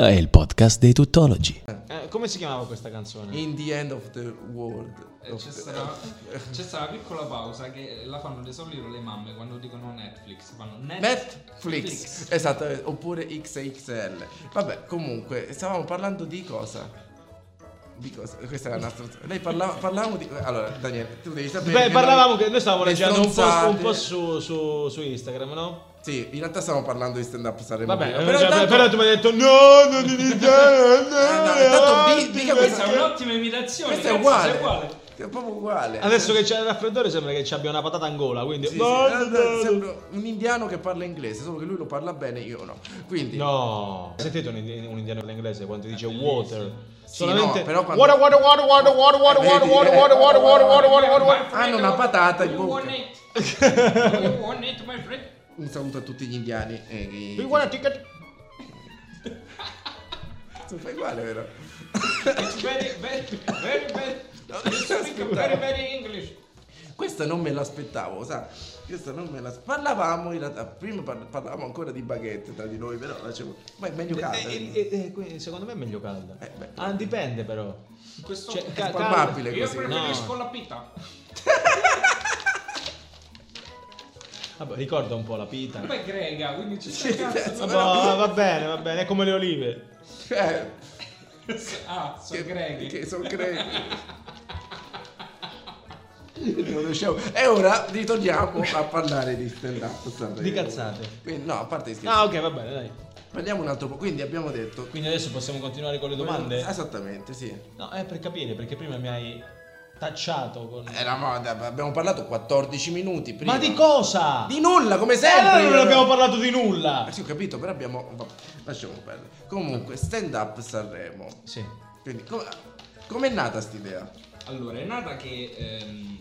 è il podcast dei tuttologi. Eh, come si chiamava questa canzone? In the end of the world. Eh, C'è stata, c'è stata una piccola pausa che la fanno di solito le mamme quando dicono Netflix. Fanno Net- Netflix. Esatto, eh, oppure XXL. Vabbè, comunque, stavamo parlando di cosa? Di cosa? Questa è la nostra. Lei parlava parlavamo di. Allora, Daniele, tu devi sapere. Beh, che parlavamo noi- che noi stavamo le leggendo un post, un stronzate- post su, su- su Instagram, no? Sì, in realtà stiamo parlando di stand up Sanremo. Vabbè, Però però, intanto- Eh, però tu mi hai detto no, non iniziare, no, no, intanto di- dica avanti". Questa è un'ottima imitazione. Questo è cazzo, uguale. sei uguale. È proprio uguale. Adesso che c'è il raffreddore sembra che ci abbia una patata in gola, quindi... Sì, sì, No, eh, no, no. sembra un indiano che parla inglese, solo che lui lo parla bene, io no. Quindi No, sentite un, indi- un indiano in inglese quando dice water. Sì, Solamente no, però quando- water, water, water, water, water, water, Eh, vedi, water, eh. water, water, water, water, water, water, water. Hanno una patata in You bocca. want it? You want it, my friend? un saluto a tutti gli indiani. eh, che- We want a ticket. Tu fai uguale, vero? It's very, very, very, very. No, You speak scusa. very, very English. Questa non me l'aspettavo, sa? Questa non me la Parlavamo in realtà, prima par- parlavamo ancora di baguette tra di noi, però facevo. Ma è meglio calda. Eh, Eh, eh, eh, quindi secondo me è meglio calda. Eh, beh. Ah, dipende però. In Questo Cioè, è ca- palpabile Io così. preferisco la pita. Vabbè, ricorda un po' la pita. Poi è greca, quindi ci sta Sì, cazzo. cazzo. Vabbè, va bene, va bene, è come le olive. Eh, Ah, sono che- grechi. Che sono grechi. Non riusciamo. E ora ritorniamo a parlare di stand up. Di cazzate. Quindi, no, a parte di scherzi. Ah, ok, va bene, dai. Parliamo un altro po'. Quindi abbiamo detto. Quindi adesso possiamo continuare con le domande? Esattamente, sì. Eh, No, è per capire, perché prima mi hai tacciato con... Eravamo- abbiamo parlato 14 minuti prima. Ma di cosa? Di nulla, come Eh, allora sempre. non abbiamo parlato di Ah, nulla. sì, ho capito, però abbiamo. va- Lasciamo perdere. Comunque, stand up Sanremo. Sì. Quindi, com- com'è nata st'idea? Allora, è nata che ehm,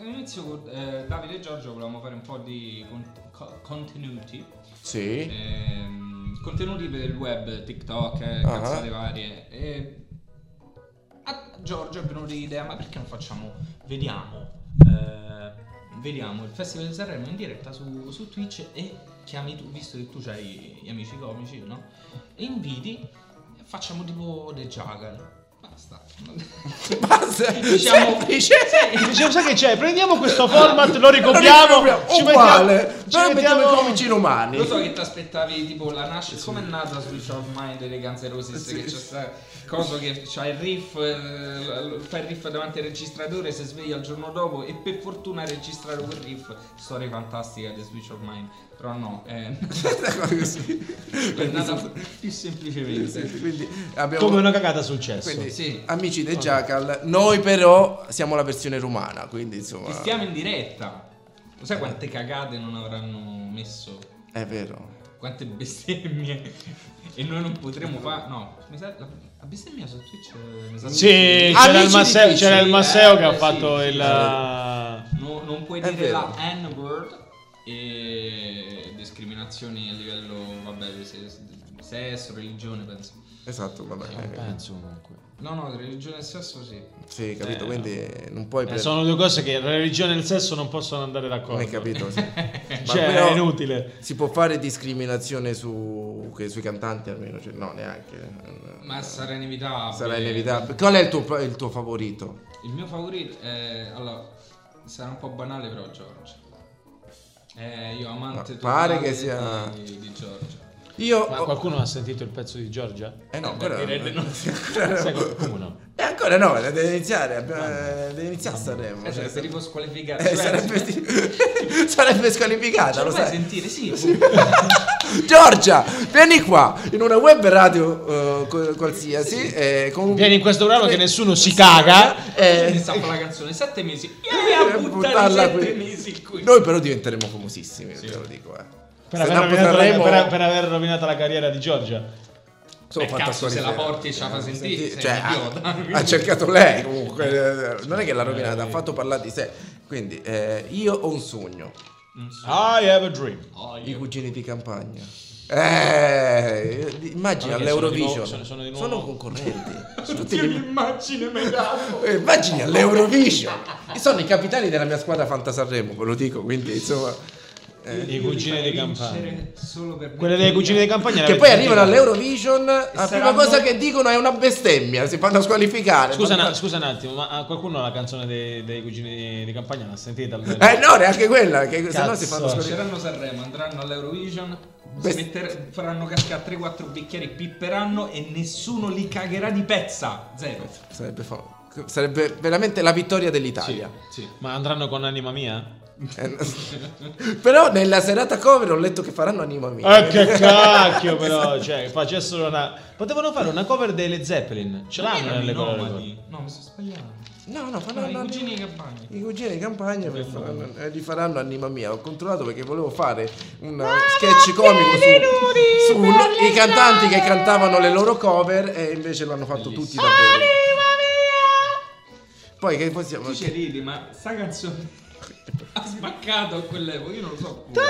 all'inizio con, eh, Davide e Giorgio volevamo fare un po' di con- co- contenuti. Sì. Ehm, contenuti per il web, TikTok, eh, Ah. cazzate varie. E a Giorgio è venuta l'idea, ma perché non facciamo? Vediamo. eh, vediamo il Festival di Sanremo in diretta su, su Twitch e chiami tu, visto che tu hai gli amici comici, no? E inviti, facciamo tipo The Juggle. Basta. Basta. Diciamo- semplice. Dicevo, sai che c'è? Prendiamo questo format, lo Lo ricopiamo, riproviamo, ci uguale. mettiamo, però ci mettiamo mettiamo i comici romani. Lo so che ti aspettavi tipo la nascita. Come è nata Switch of Mind delle Guns N' Roses? Sì. Che c'è sta cosa che c'ha il riff, eh, l- l- fa il riff davanti al registratore, si sveglia il giorno dopo e per fortuna ha registrato quel riff. Storia fantastica di Switch of Mind. Però no, eh, è, è nata più semplicemente. Quindi abbiamo. Come una cagata successo. Quindi, Sì. amici dei Jackal, noi però siamo la versione romana, quindi Ti insomma. stiamo in diretta. Lo sai quante cagate non avranno messo? È vero. Quante bestemmie. E noi non potremo fare. No, mi sa. La, la bestemmia su Twitch. eh, Mi sa Sì, Amici c'era il, di Masseo, Twitch, c'era il eh, Masseo che ha sì, fatto sì, il... No- non puoi È dire vero. la N-word e discriminazioni a livello, vabbè, di se- sesso, religione, penso. Esatto, va Eh, bene. penso comunque. No, no, religione e sesso sì. Sì, capito, Eh, quindi non puoi prendere. sono due cose che la religione e il sesso non possono andare d'accordo. Non hai capito, sì. Ma Cioè, però è inutile. Si può fare discriminazione su, che- sui cantanti almeno, cioè, no, neanche. Eh, Ma sarà inevitabile. Sarà inevitabile. Qual è il tuo, il tuo favorito? Il mio favorito è... Allora, sarà un po' banale però Giorgio. Eh, io amante Ma pare totale che sia- di, di Giorgio. Io. Ma ho- qualcuno ha sentito il pezzo di Giorgia? eh no, Beh, ancora direi di no. Sai qualcuno? E ancora no, deve iniziare. abbiamo- eh, Deve iniziare Sanremo. Eh, cioè, sarebbe tipo squalificato. eh, sarebbe, sarebbe squalificata, Ce lo lo fai sai. sentire? Sì. Giorgia, vieni qua in una web radio eh, co- qualsiasi. eh, con un- Vieni in questo brano che nessuno si caga. Eh, Eh, sta con la canzone 7 mesi. Io la buttare buttarla 7 qui. mesi qui. Noi però diventeremo famosissimi, te lo dico. Eh. Per Se aver, no, rovinato la, Sanremo- per- per aver rovinato la carriera di Giorgia. Solo Eh, fatto cazzo, se la squalificare. porti e ce la fa sentire, Senti- sei cioè, un idiota. ha, ha cercato lei comunque. eh, Non è che l'ha rovinata, ha fatto parlare di sé. Quindi, eh, io ho un sogno. Non so. I have a dream. Oh, I io- cugini di campagna. Eh, immagina Allora, che sono di all'Eurovision. nuovo- sono- sono di nuovo- concorrenti. Tutti Dio, gli- l'immagine mi hai dato. eh, immagini all'Eurovision. E sono i capitani della mia squadra Fantasarremo, ve lo dico, quindi insomma. Io li cugini farei di campagna. vincere solo per Quelle dei cugini di campagna. Che l'avete poi sentita? arrivano all'Eurovision, la prima saranno- cosa che dicono è una bestemmia, si fanno squalificare. Scusa, Ma- na- scusa un attimo, ma ah, qualcuno la canzone dei, dei cugini di, di campagna l'ha sentita? Eh no, neanche quella, che se no Cazzo. si fanno squalificare. Vinceranno Sanremo, andranno all'Eurovision, si Best- metter- faranno cascare 3-4 bicchieri, pipperanno e nessuno li cagherà di pezza. Zero. Sarebbe, fa- sarebbe veramente la vittoria dell'Italia. Sì. Ma andranno con Anima Mia? Eh, Però nella serata cover ho letto che faranno Anima Mia. Ah, che cacchio, però. Cioè, facessero una. Potevano fare una cover delle Zeppelin. Ce l'hanno nelle cover. nomadi. No, mi sto sbagliando. No, no, No, faranno i Anima- cugini di campagna. I cugini di campagna per faranno- eh, li faranno anima mia. Ho controllato perché volevo fare un eh, sketch comico su, su un- i cantanti che cantavano le loro cover e invece l'hanno fatto tutti davvero. Poi che possiamo. Tu ci ridi, ma sta canzone ha smaccato a quell'epoca, io non lo so. pure.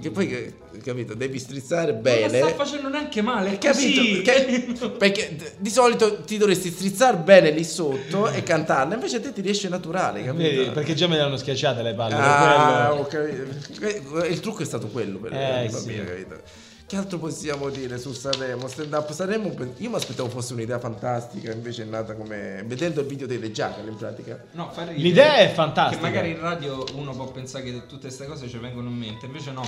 Che poi, che- capito, devi strizzare Non la sta bene. facendo neanche male, è Capito? così. Che- perché d- di solito ti dovresti strizzare bene lì sotto e cantarla, invece a te ti riesce naturale, capito? Vedi, perché già me le hanno schiacciate le palle. per Ah, quello. ho capito. Il trucco è stato quello per Eh, va sì. bene, capito? Che altro possiamo dire su Sanremo? Stand up Sanremo, pe- io mi aspettavo fosse un'idea fantastica, invece è nata come... vedendo il video dei The Jackal in pratica. No, fa ridere. L'idea è fantastica. Che magari in radio uno può pensare che tutte queste cose ci vengono in mente, invece no.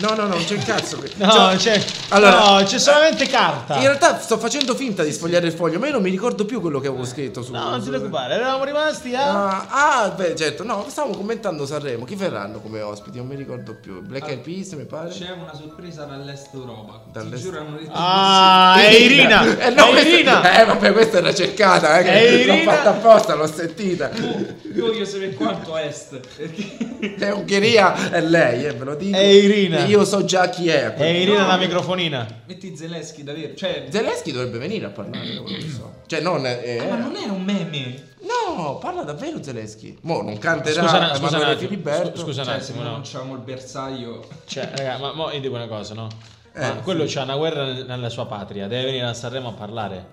No, no, no, non c'è il cazzo. che- No, cioè, c'è, allora- no, c'è solamente carta. In realtà sto facendo finta di sfogliare il foglio, ma io non mi ricordo più quello che avevo scritto su... Eh. No, non ti su- preoccupare, eravamo rimasti eh. a. Ah, ah, beh, certo, no, stavamo commentando Sanremo, chi verranno come ospiti? Non mi ricordo più. Black Ah, Eyed Peas, mi pare. C'è una sorpresa dall'est Europa. Dall'est- Ti giuro hanno detto Ah, è Irina! Eh, no, è questa- Irina! Eh, vabbè, questa era cercata, eh, che È l'ho Irina! fatta apposta, l'ho sentita. impossibile. Io voglio sapere quanto est. Perché È Ungheria, è lei, eh, ve lo dico. È Irina. Io so già chi è. È Irina No. la microfonina. metti Zelensky davvero. Cioè. Zelensky dovrebbe venire a parlare, da quello che so. Cioè, non... eh, Ah, ma non era un meme. No, parla davvero Zelensky. Mo, non canterà Scusa, un- scusa un Emanuele attimo. Filiberto. scu- Scusa un Cioè, se attimo, non no. lanciamo il bersaglio. Cioè, raga, ma mo io dico una cosa, no? Ma Eh, quello c'ha una guerra nel- nella sua patria, deve venire a Sanremo a parlare.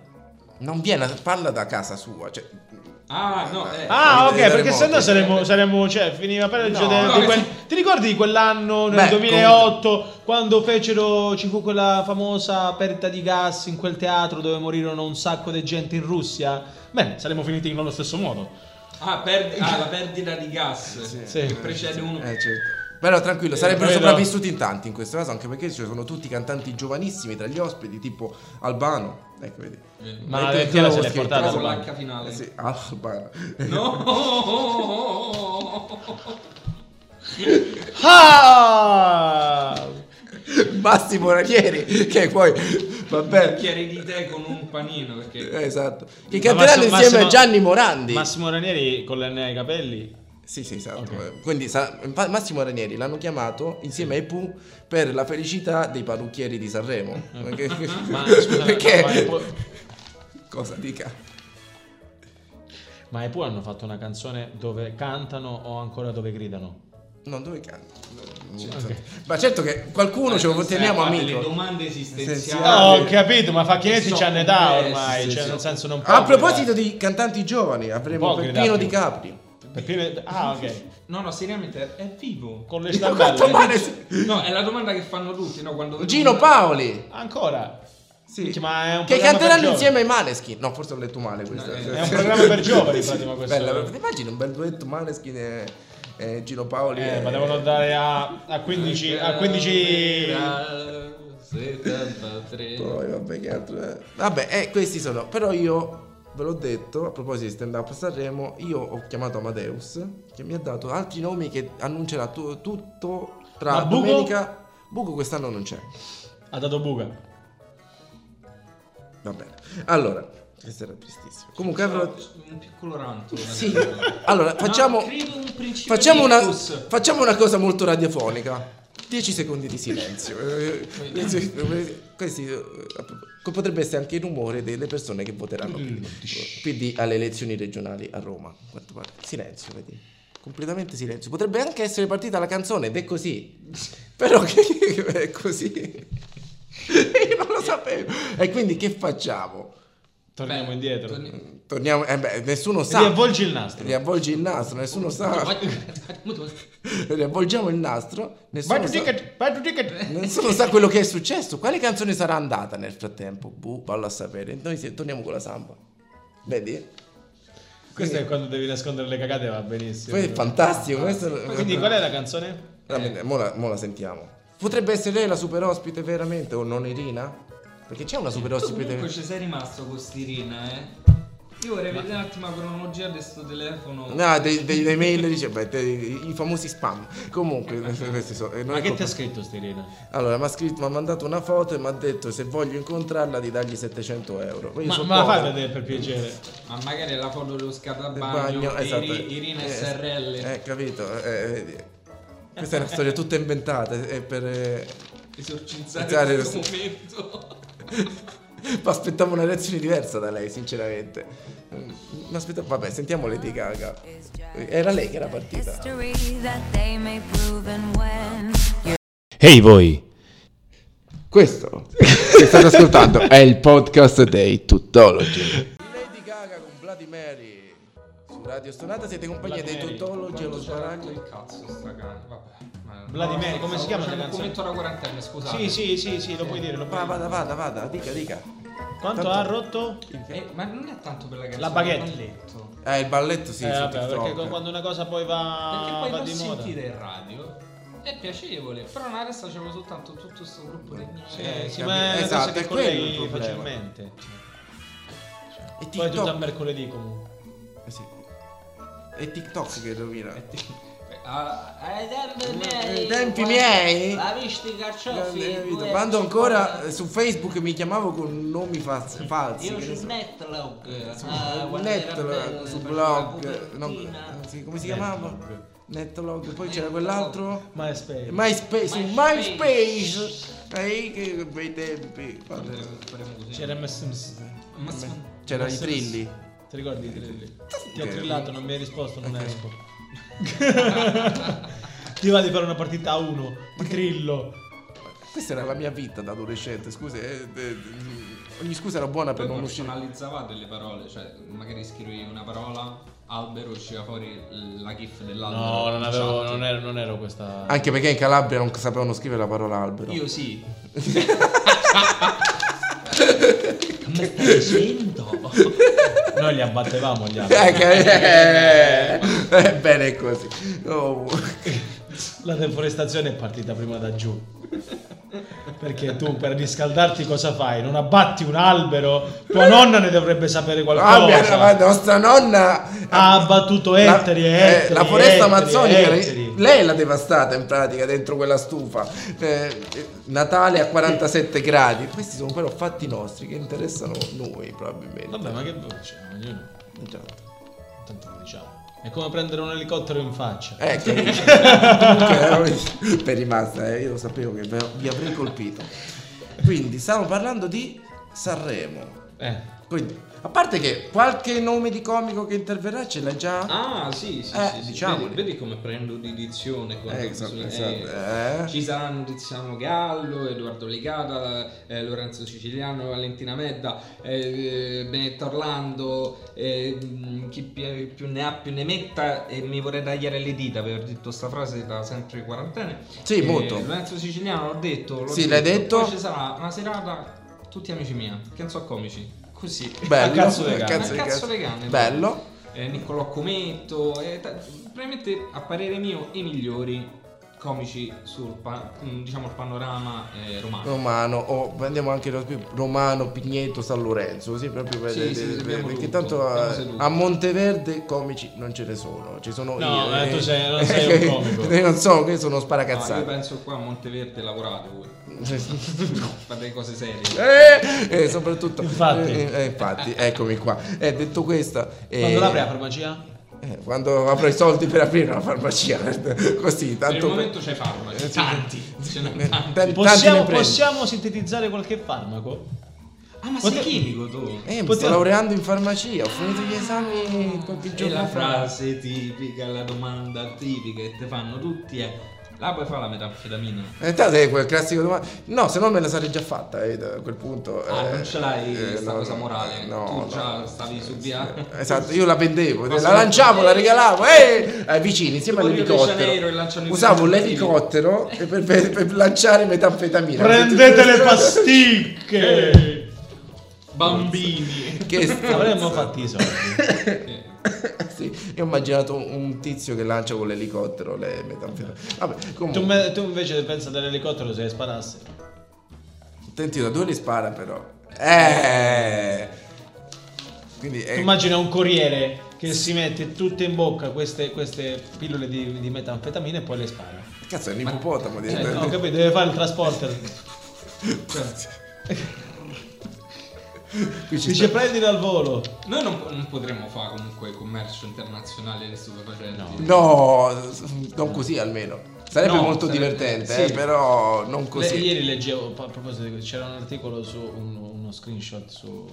Non viene, parla da casa sua, cioè... Ah, no, eh. Ah, Eh, ok, dei perché se no terremoti, saremmo, saremmo- cioè, finiva peggio No, de- no, di che quel- Ti ricordi di quell'anno, nel Beh, 2008, quando fecero, ci fu quella famosa perdita di gas in quel teatro dove morirono un sacco di gente in Russia? Bene, saremmo finiti nello stesso modo. Ah, perdi- ah, la perdita di gas. Sì. Che precede uno. Eh, certo. Però Eh, tranquillo, sarebbero credo. sopravvissuti in tanti in questo caso, anche perché ci sono tutti cantanti giovanissimi tra gli ospiti, tipo Albano. Ecco, vedi. Eh, Ma Mentre la ventina se l'è Klosky- portata Però con sulla- l'H finale. Eh, Sì, Albano. No! Ah! Massimo Ranieri, che poi, vabbè, Bicchiere di tè con un panino perché eh, esatto. Che Ma canteranno Massimo- insieme a Massimo- Gianni Morandi. Massimo Ranieri con l'enne ai capelli. Sì, sì, esatto. Ok. Eh, Quindi sa- infa- Massimo Ranieri l'hanno chiamato insieme ai Pooh per la felicità dei parrucchieri di Sanremo. Perché- Ma scusa, Eh? perché- ma i Pooh- Cosa dica? Ma i Pooh hanno fatto una canzone dove cantano o ancora dove gridano? Non dove canta. Ma certo che qualcuno ce lo teniamo a Le amico. domande esistenziali. Esistenziali. Ah, No, ho sì. capito, ma Facchinetti So, c'ha un'età eh, ormai, sì, cioè sì. nel senso non può. A proposito di cantanti giovani, avremo Può gridare Peppino Di più. Capri. Peppino- Ah, ok. No, no, seriamente è vivo. Con le Quanto stampelle. male- No, è la domanda che fanno tutti, no, quando vedono- Gino Paoli. Ancora. Sì. Minchia, ma è un che programma canteranno per insieme ai Maneskin. No, forse ho letto male questa. No, È un programma per giovani, Fatima, questo. Eh, Bella, ti immagini un bel duetto Maneskin e, e Gino Paoli. Eh, e- ma devono andare a, a 15 a 15 73. Poi vabbè, che altro è? Vabbè, eh, questi sono. Però io ve l'ho detto, a proposito di stand up Sanremo, io ho chiamato Amadeus che mi ha dato altri nomi che annuncerà tu- tutto tra Ma Bugo? domenica. Buco quest'anno non c'è. ha dato buca. Va bene. Allora, questo era tristissimo. Comunque avrò Un piccolo ranto. Sì. veramente. Allora, No, facciamo credo un principe facciamo una ictus. facciamo una cosa molto radiofonica. 10 secondi di silenzio. Eh, eh, Questi eh, che potrebbe essere anche il rumore delle persone che voteranno Mm, PD, PD alle elezioni regionali a Roma. a quanto pare. Silenzio, vedi? Completamente silenzio. Potrebbe anche essere partita la canzone ed è così. Però che è così. Io non lo sapevo. E quindi che facciamo? Torniamo Beh, indietro. torni- Torniamo, eh beh, nessuno sa. Riavvolgi il nastro. Riavvolgi il nastro, nessuno sa. Riavvolgiamo il nastro, Vai nessuno tu sa, ticket, vai tu ticket. nessuno sa quello che è successo. Quale canzone sarà andata nel frattempo? Boh, vallo a sapere. Noi se- torniamo con la samba. Vedi? Questo è quando devi nascondere le cagate, va benissimo. Poi è fantastico. questo- Quindi qual è la canzone? Va bene, mo la, mo la sentiamo. Potrebbe essere lei la super ospite veramente o non Irina? Perché c'è una super Tu ospite. comunque ci sei rimasto con Stirina, eh? Io vorrei vedere un attimo la cronologia di questo telefono. No, dei, dei, dei mail, dice, beh, dei- i famosi spam. Comunque, questi sono. eh, non Ma è che ti colpa- ha scritto Sterena? Allora, mi ha scritto, mi ha mandato una foto e mi ha detto se voglio incontrarla di dargli 700 euro. Io Ma, sono ma la fate povero. vedere per piacere. Ma magari è la foto dello Del scatabagno bagno, di esatto. Iri- Irina Eh, SRL. Eh, capito. eh, eh, questa è una storia tutta inventata. È per. eh, Esorcizzare Esorcizzare il momento. Mi aspettavo una reazione diversa da lei, sinceramente. Mi aspettavo. Vabbè, sentiamo Lady Gaga. Era lei che era partita. history that they may prove and when Ehi voi! Questo che state ascoltando è il podcast dei Tutologi. Lady Gaga con Vladimir su Radio Stonata siete compagni dei Vladimiri. Tutologi allo sbaraglio. il cazzo sta cane, vabbè. Ma- Vladimir, no, come stavo si chiama facendo la un canzone? commento alla quarantena, scusate. Sì, sì, sì, sì, lo puoi dire. Lo puoi Va, dire. vada, vada, vada, dica, dica. Quanto Tanto- ha rotto? Eh, ma non è tanto per la canzone. La baguette. Il balletto. Eh, il balletto sì, eh, su vabbè, perché TikTok. quando una cosa poi Perché va, poi Ah, va lo di moda. sentire in radio è piacevole, però una resta c'avevo soltanto tutto questo gruppo di Sì, Eh, sì, capi- ma è una esatto, cosa che è quello il colleghi problema. facilmente. E Poi è tutto a TikTok, mercoledì comunque. eh, sì. È TikTok che rovina. Ah, ai tempi Ai tempi miei? La visti carciofi? Capito? Quando ancora eh, su Facebook mi chiamavo con nomi faz- falsi. Io che ne su so. Netlog. su ah, quando era Netlog, bello, eh, su facevo la blog, no, eh, copertina. sì, come si Netlog. chiamava? Netlog, poi c'era quell'altro. Ma è spero. MySpace, su MySpace. MySpace, ehi che bei tempi. Quando- Faremo così. Cioè, C'era MSMS. Ma- C'era i MSMS. trilli. Ti ricordi i trilli? Ti ho Ok. trillato, non mi hai risposto, non Ok. esco. Ti va di fare una partita a uno di trillo. Questa era la mia vita da adolescente, scusa. eh, eh, ogni scusa era buona per Poi non uscire. personalizzavate le parole, cioè magari scrivevi una parola, albero usciva fuori la gif dell'albero. diciamo. No, non in avevo, chat. non ero, non ero questa. Anche perché in Calabria non sapevano scrivere la parola albero. Io sì. Me stai dicendo? Noi li abbattevamo gli altri. Eh, che- eh, bene è così. Oh. La deforestazione è partita prima da giù. Perché tu per riscaldarti cosa fai? Non abbatti un albero? Tua nonna ne dovrebbe sapere Ah, mia- qualcosa. la nostra nonna Ha abbattuto La- ettari e eh, ettari. la foresta ettari e amazzonica ettari. lei l'ha devastata in pratica dentro quella stufa Eh, eh, Natale a 47 gradi questi sono però fatti nostri che interessano noi probabilmente Vabbè, ma che vuoi? Cioè, ognuno. Esatto. Tanto lo diciamo. È come prendere un elicottero in faccia. Eh, che- Comunque, per rimasta eh, io lo sapevo che ve- vi avrei colpito quindi stiamo parlando di Sanremo Eh. Quindi, a parte che qualche nome di comico che interverrà ce l'ha già Ah, sì, sì, Eh, sì, sì. diciamoli. Vedi, vedi come prendo di dizione con Eh, esatto, esatto, eh. Ci saranno Tiziano Gallo, Edoardo Legata, eh, Lorenzo Siciliano, Valentina Medda, eh, Benetta Orlando, eh, mm, chi pi- più ne ha più ne metta e mi vorrei tagliare le dita per aver detto sta frase da sempre quarantene. Sì, molto. Lorenzo Siciliano l'ho detto, l'ho Sì, l'hai detto. Poi ci sarà una serata tutti amici miei, che non so comici, così. bello A cazzo le a canne. cazzo A le cazzo le canne. canne. bello Eh, Niccolò Cometto, eh, ta- probabilmente a parere mio i migliori comici sul pa- mm, diciamo, il panorama eh, romano. Romano, o prendiamo anche lo più Romano, Pigneto, San Lorenzo, così proprio per, Sì, per- sì, per- abbiamo perché tutto, tanto abbiamo a, seduto. a Monteverde comici non ce ne sono, ci sono No, io. ma eh. tu sei- non sei un comico. Eh, non so, che sono No, Ah, io sparacazzati. penso qua a Monteverde lavorate voi, fate cose serie. Eh, eh, soprattutto Infatti. eh, eh, infatti, eccomi qua. Eh, detto questo, eh, Quando l'apri la farmacia? eh, quando avrò i soldi per aprire una farmacia, così Per il tanto momento c'è farmaci, tanti, ce ne eh, sono tan- tanti. tanti ne Possiamo, prendo. possiamo sintetizzare qualche farmaco? Ah ma sei Potre- chimico tu? Eh, mi sto possiamo- laureando in farmacia, ho finito gli esami qualche E giorno la fa. frase tipica, la domanda tipica che ti fanno tutti è la puoi fare la metanfetamina? In realtà è quel classico domanda. No, se no me la sarei già fatta eh, da quel punto. Ah, eh, non ce l'hai eh, questa no, cosa no, morale, no, tu no. già stavi su via... Esatto, io la vendevo, Cosa- la lanciavo, la regalavo eh, ai vicini insieme Tipo Rio de Janeiro e all'elicottero. lanciano i Usavo prezzi. l'elicottero per, per- per lanciare metanfetamina. Prendete le pasticche! Bambini! Eh. Eh, Che sta- Avremmo fatto i soldi. sì, io ho immaginato un- un tizio che lancia con l'elicottero le metanfetamine. Vabbè, Tu, comunque, me- tu invece pensa dell'elicottero se sparasse. attenti da due li spara però. Eh. Quindi Tu è immagina un corriere che si mette tutte in bocca queste, queste pillole di, di metanfetamine e poi le spara. cazzo, è un ippopotamo di- Cioè, no, capito? Deve fare il transporter. Qui ci Dice sta- prendilo al volo. Noi non, non potremmo fare comunque commercio internazionale dei stupefacenti. No, s- non così almeno. Sarebbe No, molto sarebbe- divertente, sì. eh, però non Le- così. ieri leggevo, a proposito di questo, c'era un articolo su un- uno screenshot su,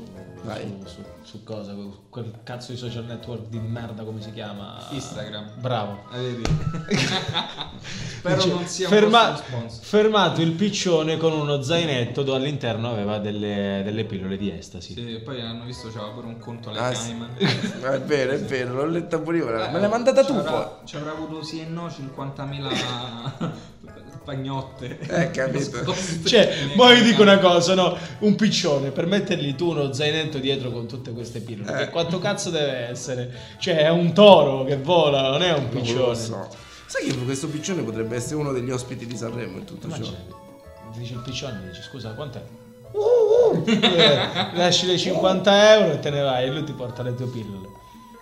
Vai. su, su- su cosa, quel cazzo di social network di merda come si chiama? Instagram. Bravo. Ah, vedi? Spero Dice, non sia ferma- un prossimo sponsor. Fermato il piccione con uno zainetto dove all'interno aveva delle, delle pillole di estasi. Sì, poi hanno visto c'era pure un conto alle Ah, sì. Cayman. Ma È vero, è vero, l'ho letta pure io. Eh, Me l'hai mandata tu ci avrà- poi. Ci avrà avuto sì e no 50.000 pagnotte. Eh, capito. Nascoste. Cioè, poi vi dico una cosa, no? Un piccione, per mettergli tu uno zainetto dietro con tutte queste pillole, Eh. che quanto cazzo deve essere? Cioè, è un toro che vola, non è un Non lo piccione. so. Sai che questo piccione potrebbe essere uno degli ospiti di Sanremo in tutto Ma certo. ciò? c'è, dice il piccione, dice scusa, quant'è? Uh, uh, eh, lasci le 50 euro e te ne vai e lui ti porta le tue pillole.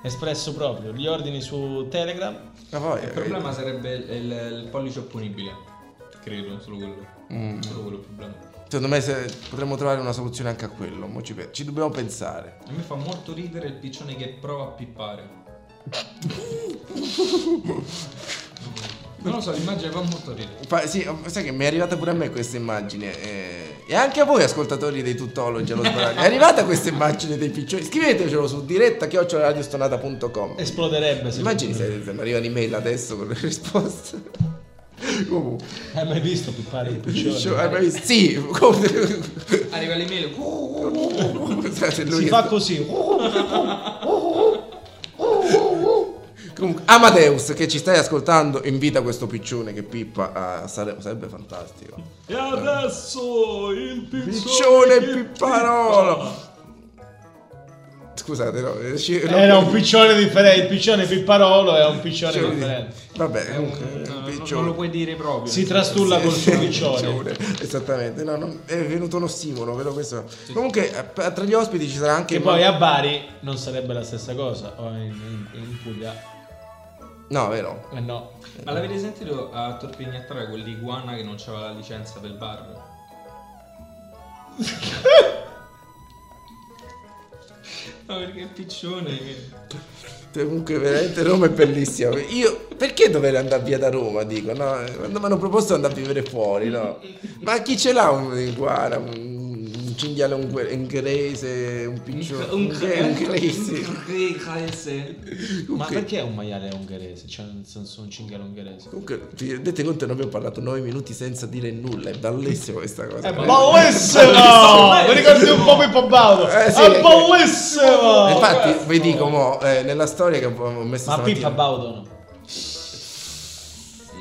Espresso proprio, gli ordini su Telegram. Ma poi, Il problema sarebbe il, il- il pollice opponibile. Credo, solo quello. Mm. Solo quello è il problema. secondo me se- potremmo trovare una soluzione anche a quello. mo ci, pe- ci dobbiamo pensare. A me fa molto ridere il piccione che prova a pippare. Non lo so, l'immagine fa molto ridere. Fa- sì, oh, sai che mi è arrivata pure a me questa immagine. eh, e anche a voi, ascoltatori dei tutologi allo sbaraglio. È arrivata questa immagine dei piccioni. Scrivetecelo su diretta chiocciolaradiostonata.com. Eh Esploderebbe se Immagini se, se mi arriva un'email adesso con le risposte. Comunque, Hai mai visto pippare un cioè, piccione? hai mai visto? Sì, come- Arriva l'email. uh, Scusate, lui Si che- fa così. Comunque, Amadeus, che ci stai ascoltando, invita questo piccione che pippa a Sanremo. Sarebbe fantastico. E adesso il Piccione pipparolo! Scusate, no, eh, ci- no, Era un piccione differente, il piccione pipparolo era un piccione piccione di- differente. Vabbè, è un- comunque, no, un eh, non- piccione. non lo puoi dire proprio. Si trastulla col suo piccione. Piccione, Esattamente, no, non- è venuto uno stimolo, però questo. Comunque, eh, p- tra gli ospiti ci sarà anche. Che poi a Bari non sarebbe la stessa cosa, o in, in- in Puglia. No, vero. Eh no. Ma l'avete sentito a Torpignattara quell'iguana che non aveva la licenza per il bar? no, perché è piccione che... Comunque, veramente Roma è bellissima. Io perché dovrei andare via da Roma? Dico, no? Quando mi hanno proposto di andare a vivere fuori, no? Ma chi ce l'ha un iguana? Un un cinghiale unghe- inglese, un piccione. Un unghe- crese. ungherese. Un crese. Ma Comunque- perché è un maiale ungherese? Cioè, nel senso, un cinghiale ungherese. Comunque, vi rendete conto, noi abbiamo parlato 9 minuti senza dire nulla. È bellissima questa cosa. È bellissimo! Mi ricordi un po' Pippo Baudo? Ah, Eh, sì. Eh, È bellissimo! Infatti, vi dico, mo, eh, nella storia che avevo messo boh, Ma stamattina- Pippa Baudo no.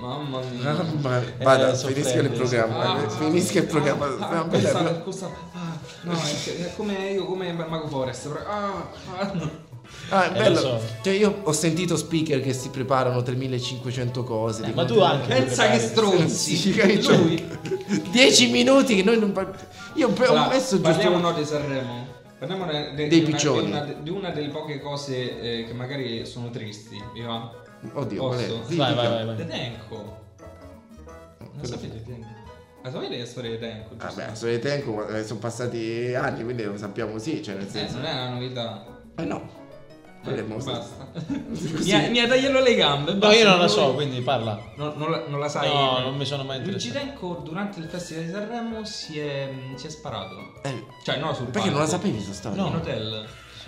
Mamma mia. Mamma mia. Vada, Eh, Ah, finisca il soffrende, programma. eh, finisca il programma. Ah, ah, Una bella- questa, questa, ah, no, è, che- è come io, come Mago Forest. però- Ah, ah, no. Ah, è Eh, bello. lo so. Cioè, io ho sentito speaker che si preparano 3500 cose. Eh, dico, ma tu anche. Pensa che Sì, stronzi. cioè, Lui- 10 minuti che noi non par- Io pe- ho Allora, messo giusto. parliamo no di Sanremo. Parliamo de- Dei de- di, una, piccioni. di una- di una delle poche cose eh, che magari sono tristi. Vi va? Oddio, qual è? Posso? Sì, diciamo. Vai, dica. vai, vai, Eh, vai. The Tenko. Non sapete Tenko. Ma sapete la storia di Tenko? Ah, giusto? beh, sono dei tempo, eh, sono passati anni, quindi lo sappiamo sì, cioè nel Eh, senso. non è una novità. Eh no. Quella Eh, è mostra. basta. mi, ha, mi ha tagliato le gambe. No, basta, io non la lui- so, quindi parla. No, non, la, non la sai. No, non mi sono mai Luigi interessato. Tenco durante il Festival di Sanremo si è, mm, si è sparato. Eh, Cioè, no, sul perché non la palco. sapevi questa storia? In hotel.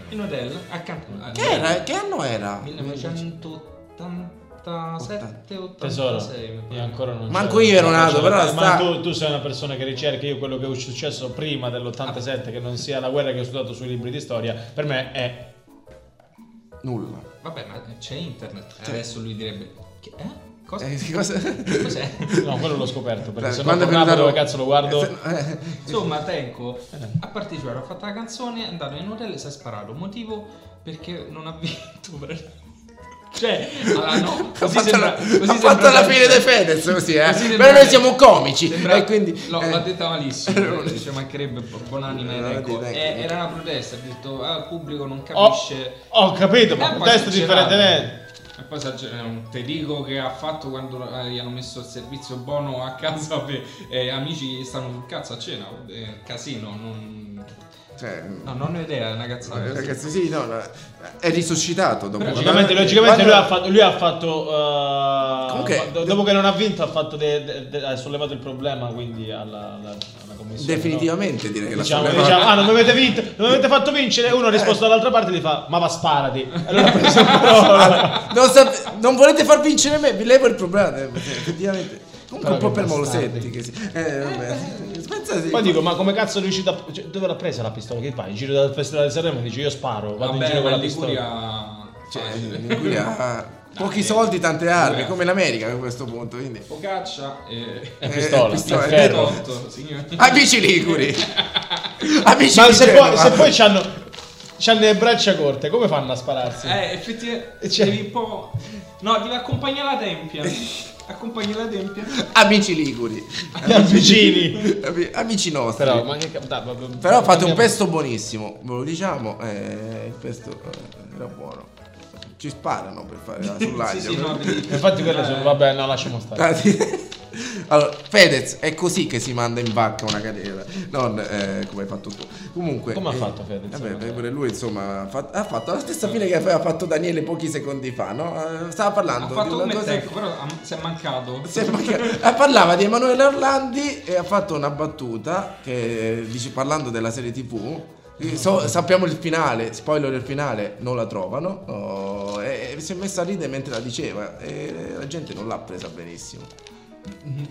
In hotel, accanto. a- Che, era, che anno era? 1987 86 Tesoro, mi pare. io ancora non Manco c'ero. io ero nato, c'ero. però Ma sta- tu, tu sei una persona che ricerca, io quello che è successo prima dell'87, che non sia la guerra che ho studiato sui libri di storia, per me è... Nulla. Vabbè, ma c'è internet. Adesso lui direbbe che eh? Cosa? Cioè. Eh, che cosa? Cos'è? No, quello l'ho scoperto, perché Dai, se no Cioè, Eh, quando è tornavo venuta dove Roma? cazzo lo guardo... Eh, se- eh, Insomma, Tenko ha partecipato, ha fatto la canzone, è andato in un hotel e si è sparato. Motivo perché non ha vinto. per- Cioè, allora no, Ha così fatto, sembra, la, ha così sembra- Cioè, fatto la fine dei Fedez così, eh. Così sembra- Però noi siamo comici. sembra- e quindi, l'ho, eh, l'ho detta malissimo. eh, Ci mancherebbe bu- buonanima Eh, ecco. dai, dai, Eh, dai. Era una protesta, ha detto ah, il pubblico non Oh, Ho, capisce. ho capito, ma Eh, un poi testo eh. esagerava. eh. differentemente. E poi esagera- eh, te dico che ha fatto quando eh, gli hanno messo il servizio buono a casa per eh, amici che stanno sul cazzo a cena. Eh, casino, non... cioè, No, non ne ho idea, è una cazzata. Ragazzi, sì, no, no, è risuscitato dopo Logicamente, Quando- logicamente lui quando- ha fatto. Lui ha fatto eh, Comunque- do- dopo che non ha vinto, ha, fatto de- de- de- ha sollevato il problema quindi alla, alla- alla commissione. Definitivamente direi che no? Diciamo, la solleva- diciamo, ah, non mi avete vinto, non mi avete fatto vincere. Uno ha Eh. risposto dall'altra parte e gli fa: Ma va sparati. Allora ha preso un po'. non, sap- non volete far vincere me, vi levo il problema. eh, effettivamente. Però Comunque un po' che per Molosetti. bastardi. Che sì. eh, vabbè. Spezza sì. Poi dico, ma come cazzo è riuscito a. cioè, dove l'ha presa la pistola? Che fai? In giro dal festival di Sanremo dici io sparo, vado in Vabbè, giro con ma la in Liguria... pistola. Cioè, facile. in cui ha pochi eh, soldi, tante armi, eh. come l'America a questo punto. Quindi. Focaccia e... È Eh, pistola, pistola, ecco. è è ferro. vero. Cotto, signore. Amici Liguri, amici Ma di se Genova. poi, se poi c'hanno, c'hanno le braccia corte, come fanno a spararsi? Eh, effettivamente... Cioè- Devi un po'... No, devi accompagnare la tempia. Accompagna la tempia. Amici Liguri, Gli avvicini. Ami- amici nostri. Però, Però, ma che cap- dai, ma- ma- fate un andiamo- pesto buonissimo, ve lo diciamo. eh, il pesto eh, era buono. Ci sparano per fare la sull'aglio. Sì, sì, no, devi- Infatti, quelle Eh, sono. Vabbè, no, lasciamo stare. Ah, sì. Allora, Fedez, è così che si manda in vacca una carriera, non eh, come hai fatto tu. Comunque, Come ha eh, fatto Fedez? Vabbè, beh, pure lui insomma ha fatto, ha fatto la stessa fine che aveva fatto Daniele pochi secondi fa, no? Eh, Stava Ha parlando fatto di una come cosa... te, però ha- si è mancato. Sembra che- eh, parlava di Emanuele Orlandi e ha fatto una battuta che eh, dice parlando della serie TV. eh, so- sappiamo il finale, spoiler del finale, non la trovano. oh, e, e si è messa a ridere mentre la diceva e la gente non l'ha presa benissimo.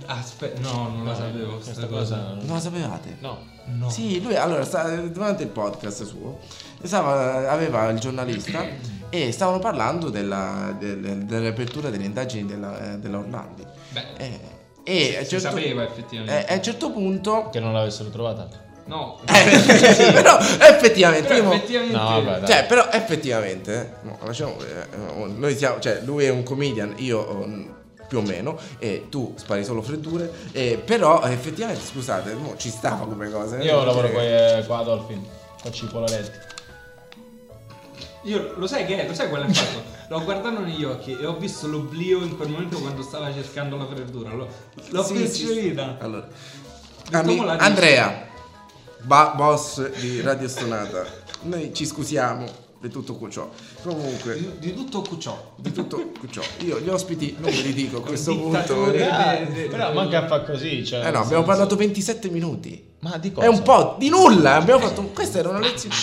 Aspetta, Mm, no, non la No, sapevo questa questa cosa. Non la sapevate? No. No. Sì, lui allora sta- durante il podcast suo stava- aveva il giornalista e stavano parlando della, del- dell'apertura delle indagini della, della Orlandi. Beh, Eh, E, a si certo- sapeva effettivamente. eh, a un certo punto... Che non l'avessero trovata. no. Sì, però effettivamente... Però io- effettivamente No, vabbè, dai. Cioè, però effettivamente, eh, no, lasciamo, eh, eh, noi siamo, cioè, lui è un comedian, io oh, più o meno, e tu spari solo freddure, eh, però eh, effettivamente, scusate, mo ci stava come cosa. eh, Io cioè- lavoro con eh, con Adolfin. Faccio i polaretti. Io lo sai che è, lo sai qual è il fatto? L'ho guardato negli occhi e ho visto l'oblio in quel momento quando stava cercando la freddura. L'ho, l'ho Sì, sì, percepita. sì. Allora, Detto ami- mo la dici. Andrea, ba- boss di Radio Stonata, noi ci scusiamo di tutto ciò. Comunque, Di, di tutto ciò. di tutto ciò, io gli ospiti non ve li dico a questo punto. Dittatore. Eh Eh, eh, Però eh, manca a fa così. Cioè, no, nel abbiamo senso- parlato 27 minuti. Ma di cosa? È un po' di nulla. Abbiamo fatto. Questa era una lezione.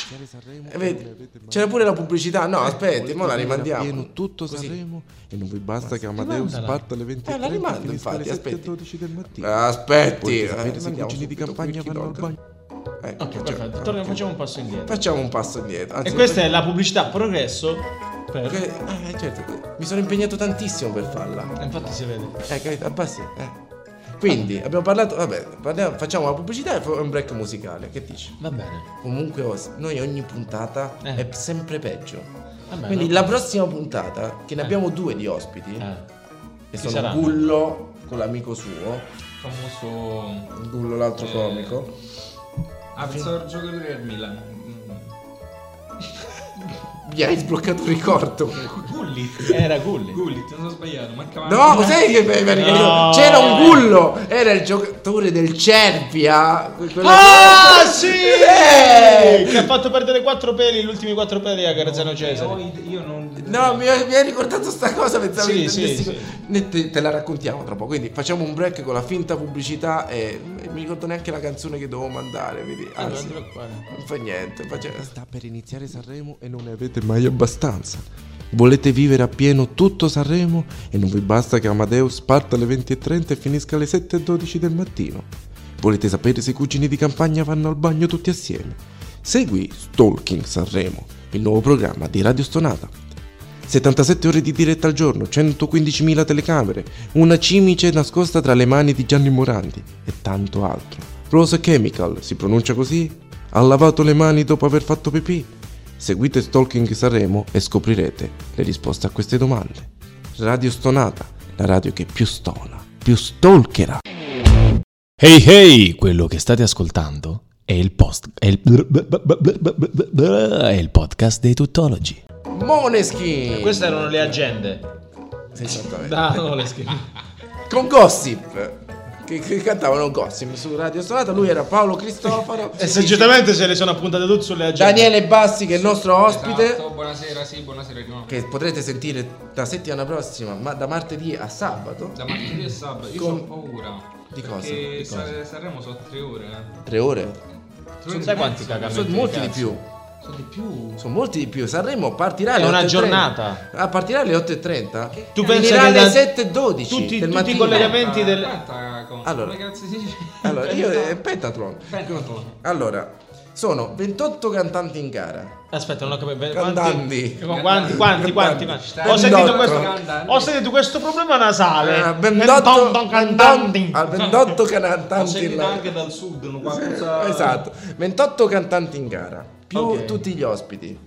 Eh, vedi, c'era pure la pubblicità. Eh, No, aspetti, mo la rimandiamo. pieno tutto Così. Sanremo e non vi basta che Amadeus rimandala. parta alle 20.30 Eh, la rimando, e finisca alle infatti, 7 e aspetti. 12 del mattino. Eh, Aspetti, Poi eh, sapete se i rimandiamo cugini di subito campagna qui, vanno al Doc. bagno. Ecco, Ok, cioè, perfetto. Torniamo, facciamo un passo indietro. Facciamo un passo indietro. Anzi, E questa è la pubblicità progresso. Per... perché- eh, certo, mi sono impegnato tantissimo per farla. Eh, Ah. Infatti si vede. Eh, capito? Abbassi, eh. Quindi abbiamo parlato. Vabbè, parliamo- facciamo la pubblicità e poi un break musicale. Che dici? Va bene. Comunque oh, noi ogni puntata Eh. è sempre peggio. Vabbè, Quindi no? la prossima puntata, che ne Eh. abbiamo due di ospiti, Eh. e chi sono saranno? Gullo con l'amico suo, Famoso. Gullo l'altro Eh. comico, Ah, pensavo al giocatore del Milan. Mm. mi hai sbloccato un ricordo. Gullit. Eh, Era Gulli. Gullit, non ho sbagliato, mancava. No, sai che mi- mi- No. c'era un Gullo, era il giocatore del Cervia. que- quello- Ah, sì! Eh! Che ha fatto perdere 4 peli, gli ultimi 4 peli a Garzano Cesare. Io non. No, mi, mi hai ricordato sta cosa, pensavo Sì, che sì, intendessi- sì. Ne- Te, te la raccontiamo tra poco, quindi facciamo un break con la finta pubblicità e e mi ricordo neanche la canzone che dovevo mandare, vedi? Ah, anzi, guardalo qua. non fa niente, faccia- Sta per iniziare Sanremo e non ne avete mai abbastanza. Volete vivere appieno tutto Sanremo e non vi basta che Amadeus parta alle 20.30 e finisca alle 7.12 del mattino. Volete sapere se i cugini di campagna vanno al bagno tutti assieme? Segui Stalking Sanremo, il nuovo programma di Radio Stonata. 77 ore di diretta al giorno, 115.000 telecamere, una cimice nascosta tra le mani di Gianni Morandi e tanto altro. Rose Chemical, si pronuncia così? Ha lavato le mani dopo aver fatto pipì? Seguite Stalking Sanremo e scoprirete le risposte a queste domande. Radio Stonata, la radio che più stona, più stalkerà. Hey hey, quello che state ascoltando è il post è il, è il podcast dei tuttologi. Moneskin. Queste erano le agende. Esattamente. Ah, no, le scrivo. Con Gossip. Che, che cantavano Gossip su Radio Sonata. Lui era Paolo Cristoforo. E se giustamente se le sono appuntate tutte sulle agende. Daniele Bassi, che è il nostro ospite. Esatto, buonasera, sì, buonasera di nuovo. Che potrete sentire la settimana prossima, ma da martedì a sabato. Da martedì e sabato, io Con- ho paura. Di cosa? Perché Di cosa? Sa- Sanremo so tre ore. eh. Tre ore. Tre ore e sai mezzo. quanti cagamenti? Sono molti di cazzo. più. Sono di più. Sono molti di più. Sanremo partirà È alle una 8.30. giornata. Ah, partirà alle 8.30? Tu pensi Finirà che alle da- 7.12 tutti- tutti del mattino. i collegamenti del- Aspetta, con- Allora. come cazzo si dice? Allora, io... Esatto. eh, Pentathlon. Pentathlon. Allora, sono 28 cantanti in gara. Aspetta, non ho capito. bene. Cantanti. Quanti, quanti, quanti, quanti, quanti. Ho sentito, Bendotto. questo, ho sentito questo problema nasale. Ah, Tom, 28 tom, eh, cantanti. cantanti. Ah, 28 Ho cantanti in sentito gara. anche dal sud, non qualcosa... Esatto, 28 cantanti in gara, più Ok. tutti gli ospiti,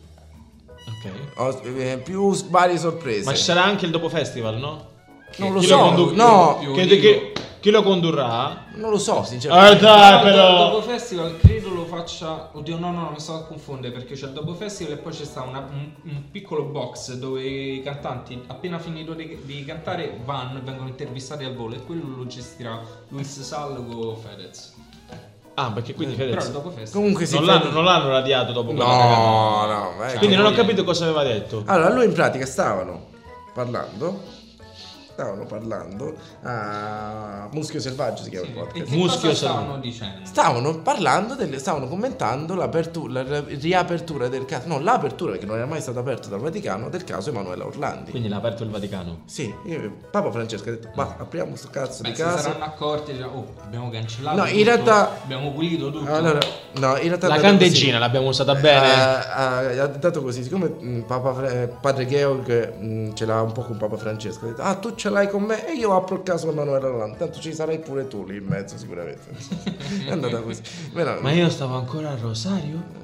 Ok. os- eh, più s- varie sorprese. Ma ci sarà anche il dopo festival, no? non lo chi lo so, condu- no, Io Che- dico- che- chi lo condurrà? non lo so, Ah, sinceramente. dai, Il dopo però. festival credo lo faccia. Oddio, no, no, no, mi sto a confondere perché c'è il dopo festival e poi c'è sta una- un, un piccolo box dove i cantanti, appena finito di, di cantare, vanno e vengono intervistati al volo e quello lo gestirà Luis Salgo Fedez. Ah, perché quindi Però il Fedez. dopo festival. Comunque si eh, Non fa- l'hanno, non l'hanno radiato dopo quella cagata. No, no, ma è Eh, Quindi che- non ho capito cosa aveva detto. Allora, lui in pratica stavano parlando stavano parlando a Muschio Selvaggio si chiama il e podcast. che Muschio Salgo. cosa stavano dicendo? Stavano parlando, delle, stavano commentando l'apertu- la la riapertura del caso, no l'apertura perché non era mai stata aperta dal Vaticano, del caso Emanuela Orlandi. Quindi l'ha aperto il Vaticano. Sì, io- Papa Francesco ha detto, ma apriamo sto cazzo Beh, di si caso. saranno accorti, cioè, oh, abbiamo cancellato. No, in tutto, realtà- Abbiamo pulito tutto. Allora, no, in realtà... La è andato candeggina l'abbiamo usata così. bene. Eh, eh, ha dato così, siccome mh, Papa Fra- eh, padre Georg mh, ce l'ha un po' con Papa Francesco, ha detto, ah tu ce l'hai con me e io apro il caso con Manuela Orlandi, tanto ci sarai pure tu lì in mezzo sicuramente. è andata così. Però- eh, Ma io stavo ancora al Rosario?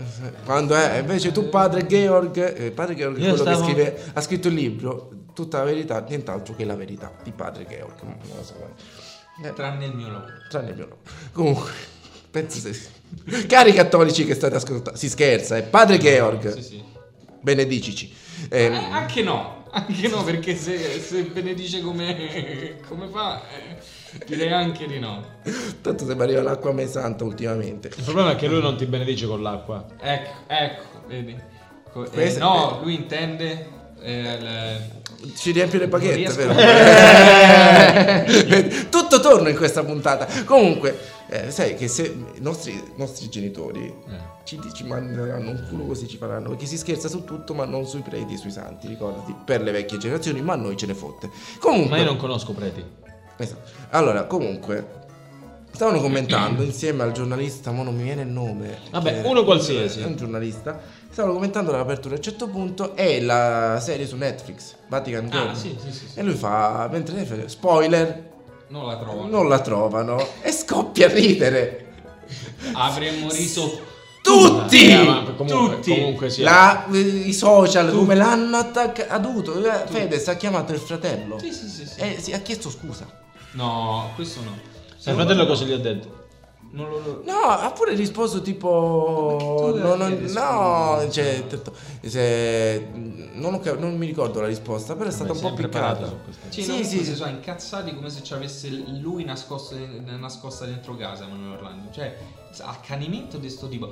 Quando è, invece tu padre Georg, eh, padre Georg è Io quello stavo- che scrive, ha scritto il libro, tutta la verità, nient'altro che la verità di padre Georg. Non lo so, eh. Eh, Tranne il mio lavoro. tranne il mio nome. Comunque, penso se... Cari cattolici che state ascoltando, si scherza, è padre Georg, Sì, sì. benedicici. Eh, Eh, anche no, anche no, perché se, se benedice come, come fa, eh, direi anche di no. tanto sembra arriva l'acqua mai santa ultimamente. Il problema è che lui non ti benedice con l'acqua. Ecco, ecco, vedi. Co- eh, Questo- no, lui intende... eh, le- Ci riempie le paghette, riesco. vero? Eh, Tutto torna in questa puntata. Comunque, eh, sai che se i nostri, i nostri genitori ci, ci manderanno un culo così ci faranno, perché si scherza su tutto, ma non sui preti, sui santi, ricordati, per le vecchie generazioni, ma a noi ce ne fotte. Comunque, Ma io non conosco preti. Esatto. Allora, comunque, stavano commentando insieme al giornalista, ma non mi viene il nome. Vabbè, che- uno qualsiasi. È un giornalista. Stavano commentando l'apertura a un certo punto è la serie su Netflix, Vatican Girl. Ah, sì, sì, sì, sì. E lui fa, mentre lei fa, spoiler, Non la trovo. non la trovano e scoppia a ridere. Avremmo riso... Tutti! Eh, ma comunque, Tutti! Comunque sia. La- eh, i social come l'hanno attaccato? Fedez ha chiamato il fratello Sì, sì, sì, sì. e si ha chiesto scusa. Eh, No, questo no. Il fratello cosa gli ha detto? Non lo... lo- No, ha pure risposto tipo... Ma che tu No, devi no, rispondere? no, cioè, tanto- se- non, ho cap- non mi ricordo la risposta, però è stata un po' piccata. Sì, Sì, no, sì, poi sì. si sono incazzati come se ci avesse lui nascosto, nascosta dentro casa Manuel Orlando. Cioè, accanimento di sto tipo.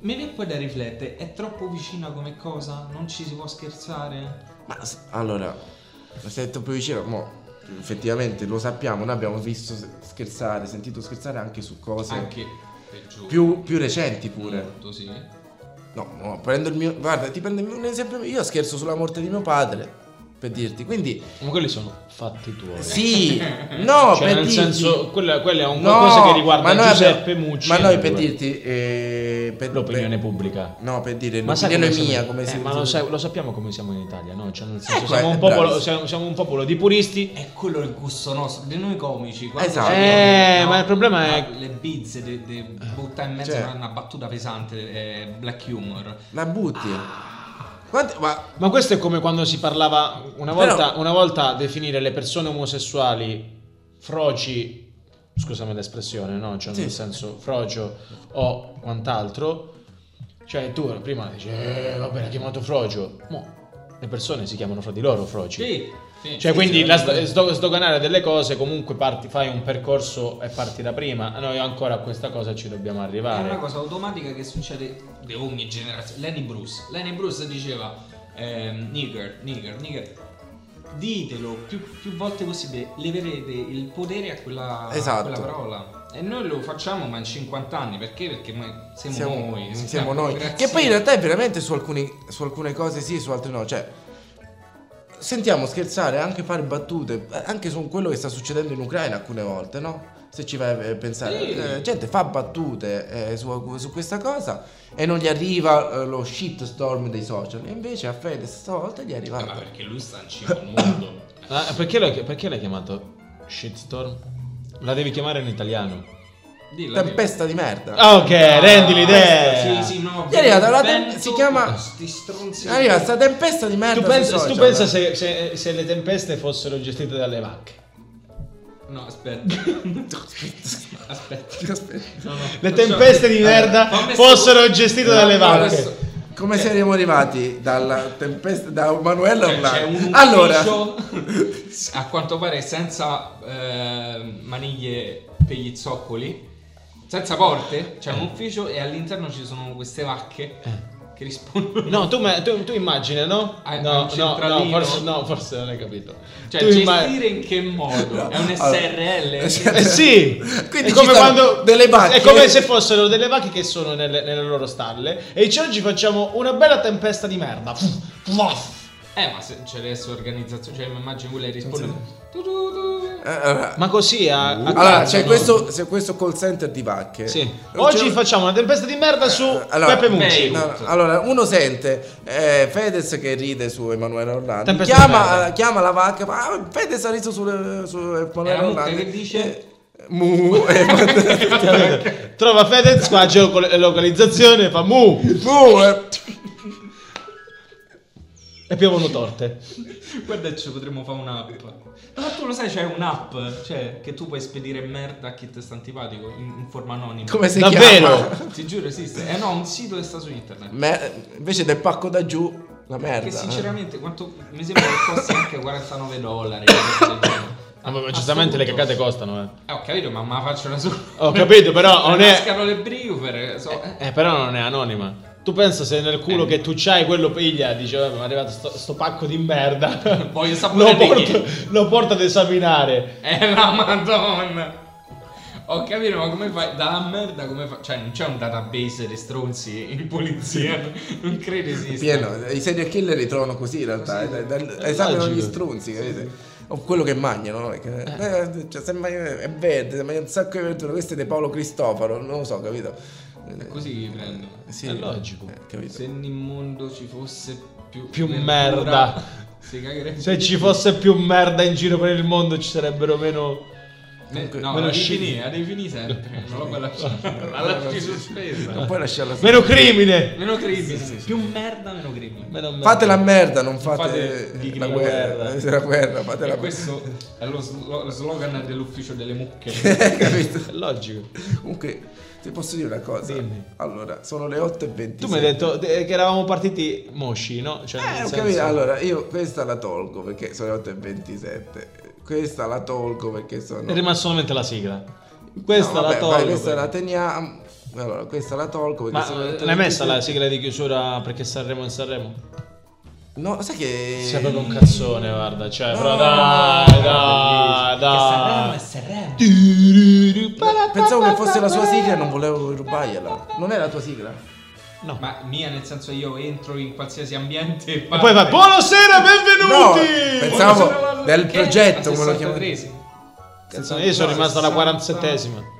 Mi viene poi da riflettere, è troppo vicina come cosa? Non ci si può scherzare? Ma s- allora, sento più vicino, mo, effettivamente lo sappiamo, noi abbiamo visto s- scherzare, sentito scherzare anche su cose Anche peggiore. più, più recenti pure. Molto, sì. No, no, prendo il mio... Guarda, ti prendo un esempio, io scherzo sulla morte di mio padre, per dirti, quindi... Ma quelli sono fatti tuoi. Sì, no, Cioè, per nel dirti- senso, quella, quella è un qualcosa che riguarda noi Giuseppe abbiamo- Mucci. Ma e noi lui. per dirti eh, per- L'opinione per- pubblica. No, per dire Ma sai l'opinione come siamo- mia, come eh, si ma lo, sai- lo sappiamo come siamo in Italia, no? Cioè, nel senso, Ecco, siamo, eh, un popolo, bravi. siamo, siamo un popolo di puristi. È quello il gusto nostro, di noi comici. quando Esatto. ci Eh, abbiamo, ma il problema la- è- Le bizze, de, de buttare in mezzo Cioè. una- una battuta pesante, eh, black humor. La butti. Ah. Quanti- ma Ma questo è come quando si parlava una Però- volta, una volta definire le persone omosessuali froci, scusami l'espressione, no? Cioè, Sì. nel senso frogio o quant'altro. Cioè, tu prima dici, eh, vabbè, l'ha chiamato frogio. Mo, le persone si chiamano fra di loro froci. Sì, sì. Cioè, Sì, quindi sì, la sì. sdo- sdo- sdoganare delle cose, comunque parti, fai un percorso e parti da prima. Noi ancora a questa cosa ci dobbiamo È una arrivare. cosa automatica che succede di ogni generazione. Lenny Bruce. Lenny Bruce diceva ehm, nigger, nigger, nigger. Ditelo più, più volte possibile, leverete il potere a quella, a Esatto. quella parola. E noi lo facciamo ma in 50 anni, perché? Perché noi siamo, siamo noi. noi, siamo noi. Grazie. Che poi in realtà è veramente su, alcuni- su alcune cose sì, su altre no. Cioè, sentiamo scherzare, anche fare battute, eh, anche su quello che sta succedendo in Ucraina alcune volte, no? Se ci vai a pensare, Sì. la gente fa battute eh, su, su questa cosa e non gli arriva eh, lo shitstorm dei social. E invece a Fede stavolta gli è Eh, Ma arrivato. perché lui sta in cima al mondo. Ah, perché, l'hai, perché l'hai chiamato shitstorm? La devi chiamare in italiano. Dillo, Tempesta di merda. Ok, dillo. rendi Ah, l'idea. Sì, sì, no. Gli è arrivata la vento, tem- si chiama- sti stronzi. Arriva sta tempesta di merda. Tu sui pensa, tu social. pensa eh. se, se- se le tempeste fossero gestite dalle vacche. No, aspetta. aspetta. No, no. Le tempeste di merda Fammi sto- fossero gestite dalle no, vacche. adesso- Come saremmo arrivati dalla tempesta da Manuela Cioè, online? c'è un allora, ufficio, a quanto pare senza eh, maniglie per gli zoccoli, senza porte, c'è un Eh. ufficio e all'interno ci sono queste vacche che rispondono. No, tu, ma- tu, tu immagina, no? Ah, No, un no, no, centralino. forse, no, forse non hai capito. Cioè, tu gestire imma- in che modo? No, È un allora, SRL? Eh sì, Quindi è ci come stanno quando delle vacche. È come se fossero delle vacche che sono nelle, nelle loro stalle e dice oggi facciamo una bella tempesta di merda. Eh, ma se c'è adesso organizzazione, cioè mi immagino quella che risponde. Tu, tu, tu. eh, allora, Ma così a, a allora, caso, c'è, no? questo, c'è questo call center di vacche. Sì. Non Oggi c'è- Eh, facciamo una tempesta di merda su allora, Peppe Mucci. beh, No, no, allora, uno sente eh, Fedez che ride su Emanuele Orlando. Tempesta di Chiama, eh, merda. chiama la vacca, ma ah, Fedez ha riso sulle- su Emanuele E la mucca Orlando. che dice? Eh, Mu, eh, Trova Fedez qua geolocalizzazione, fa mu mu, eh. e piovono torte. Guarda, ci potremmo fare un'app. Ma tu lo sai, c'è un'app cioè, che tu puoi spedire merda a chi ti sta antipatico in, in forma anonima. come si Davvero? chiama? Ti giuro esiste. Eh no, un sito che sta su internet. Me- invece del pacco da giù, la merda. Che eh. sinceramente quanto mi sembra che costi anche 49 dollari. una cosa del genere. Ah, ma giustamente le Assoluto. cagate costano, eh. Eh, ho capito, ma me la faccio una sola. Ho capito, però non è Mascaro le brioche. So, eh. Eh, però non è anonima. Tu pensa se nel culo che tu c'hai quello piglia, dice, "Vabbè, mi è arrivato sto, sto pacco di merda. Voglio sapere lo, di porto, chi. lo porto ad esaminare. Eh la madonna Ho capito ma come fai Dalla merda come fai Cioè non c'è un database di stronzi in polizia Non credo esista Pieno, i serial killer li trovano così in realtà, eh, dal- esaminano gli logico. strunzi, capite? O quello che mangiano, no? Perché, eh, cioè, sembra che è verde, sembra un sacco di verdura, questo è di Paolo Cristofano, non lo so, capito? È così che prendo Eh, Sì, È logico. eh, capito? Se nel mondo ci fosse più Più verdura, merda. Si cagherebbe Se ci fosse più merda in giro per il mondo ci sarebbero meno... Eh, No me lo la devi sci- finire La devi finire sempre Non la puoi lasciare La lasci Non sospesa puoi lasciarla sola. Meno crimine! Meno crimine Più merda meno crimine Meno merda. Fate la merda, non fate, fate di- la la guerra. guerra. La guerra, fate E la guerra. questo è lo, slo- lo slogan dell'ufficio delle mucche capito? È logico. Comunque, ti posso dire una cosa? Dimmi. Allora, sono le 8.20. Tu mi hai detto eh, che eravamo partiti mosci, no? Cioè, Eh, nel ho senso- capito. Allora, io questa la tolgo perché sono le 8.27. Questa la tolgo perché sono. È rimasta solamente la sigla. Questa No, la vabbè, tolgo. vai, Questa però. la teniamo. Allora, questa la tolgo perché sono le Ma eh, l'hai 8.27. messa la sigla di chiusura perché Sanremo in Sanremo? No, sai che. Sei proprio un cazzone, guarda. Cioè, No, però no, dai, Bellissimo. dai, Che dai. Sanremo è Sanremo Pensavo che fosse la sua sigla e non volevo rubargliela. Non è la tua sigla? No. Ma mia, nel senso io entro in qualsiasi ambiente e Ma poi va. Buonasera, No, benvenuti. pensavo- del progetto, come come lo lo chiamano. Cazzo, Io sono No, rimasto alla 60. 47esima.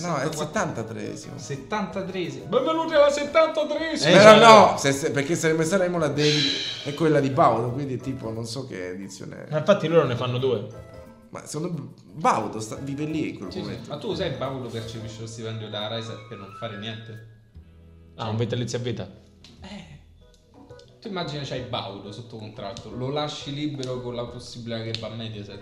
No, è il 73esimo. 73 Benvenuti alla 73 Eh, Però già. no, se- se- perché sarebbe saremo la devi è quella di Baudo, quindi tipo non so che edizione è. Ma infatti loro ne fanno due. Ma secondo me Baudo sta- vive lì in quel Sì, sì. momento. Ma tu sai Paolo percepisce lo stipendio da Rise per non fare niente? Ah, un vitalizio a vita. Tu immagina c'hai Baudo sotto contratto, lo lasci libero con la possibilità che va a Mediaset.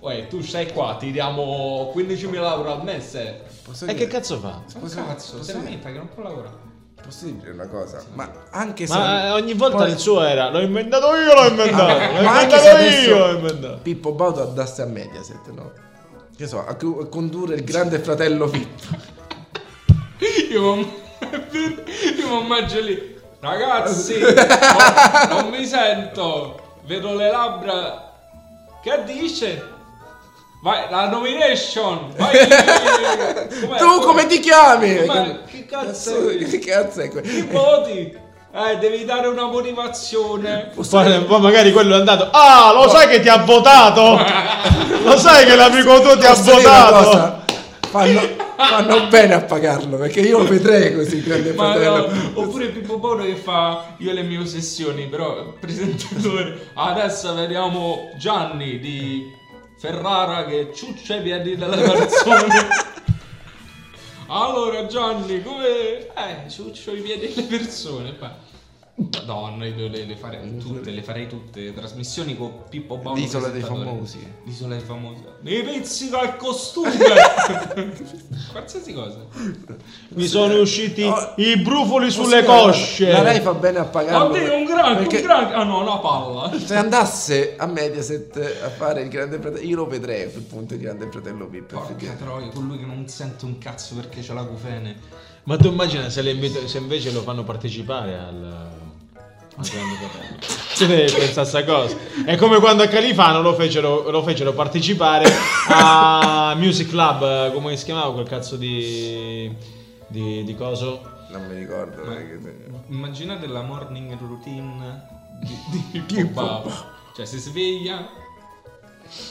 Uè, tu stai qua, ti diamo 15.000 euro al mese. Posso E dire- Eh, che cazzo fa? Ma Posso- cazzo, posso se dire- lamenta che non può lavorare. Posso dire una cosa? Ma anche se. Ma eh, ogni volta Poi- il suo era l'ho inventato io, l'ho inventato, l'ho Ma anche inventato se io, adesso- l'ho inventato. Pippo Baudo andasse a Mediaset, no? Che so, a, a condurre il grande fratello Pippo. Io mi io mi immagino lì, ragazzi, no, non mi sento, vedo le labbra. Che dice? Vai, la nomination! Vai, com'è? tu come ti chiami? Ma che cazzo è? Che cazzo è quello? Che voti? Eh, devi dare una motivazione. Poi, poi magari quello è andato. Ah, lo sai che ti ha votato? lo sai che l'amico tuo ti ha Posso dire una votato? cosa? Fanno, fanno bene a pagarlo perché io lo vedrei così il grande Ma fratello. no, oppure Pippo Bono che fa io e le mie ossessioni, però presentatore. Adesso vediamo Gianni di Ferrara che ciuccia i piedi della persone. allora Gianni, come... Eh, ciuccio i piedi delle persone. Beh. Madonna, io le, le farei tutte, le farei tutte. Trasmissioni con Pippo Bono. L'isola dei presentatore. famosi. L'isola dei famosi. Nei pezzi dal costume. Qualsiasi cosa. Mi sono usciti Oh, i brufoli Posso sulle dire una cosa? cosce. La Rai fa bene a pagarlo. Oddio, un grande, Eh, perché un grande. Ah no, una palla. Se andasse a Mediaset a fare il grande fratello, io lo vedrei per punto il grande fratello Pippo. Porca effettivamente. troia, colui che non sente un cazzo perché c'ha la cufene. Ma tu immagina se, le invito- se invece lo fanno partecipare al, al Grande Cioè, Fratello. Tu devi pensare a sta cosa. È come quando a Califano lo fecero, lo fecero partecipare a Music Club, eh, come si chiamava quel cazzo di, di, di coso? Non mi ricordo. perché- Immaginate la morning routine di, di Pippo Baudo. Cioè, si sveglia,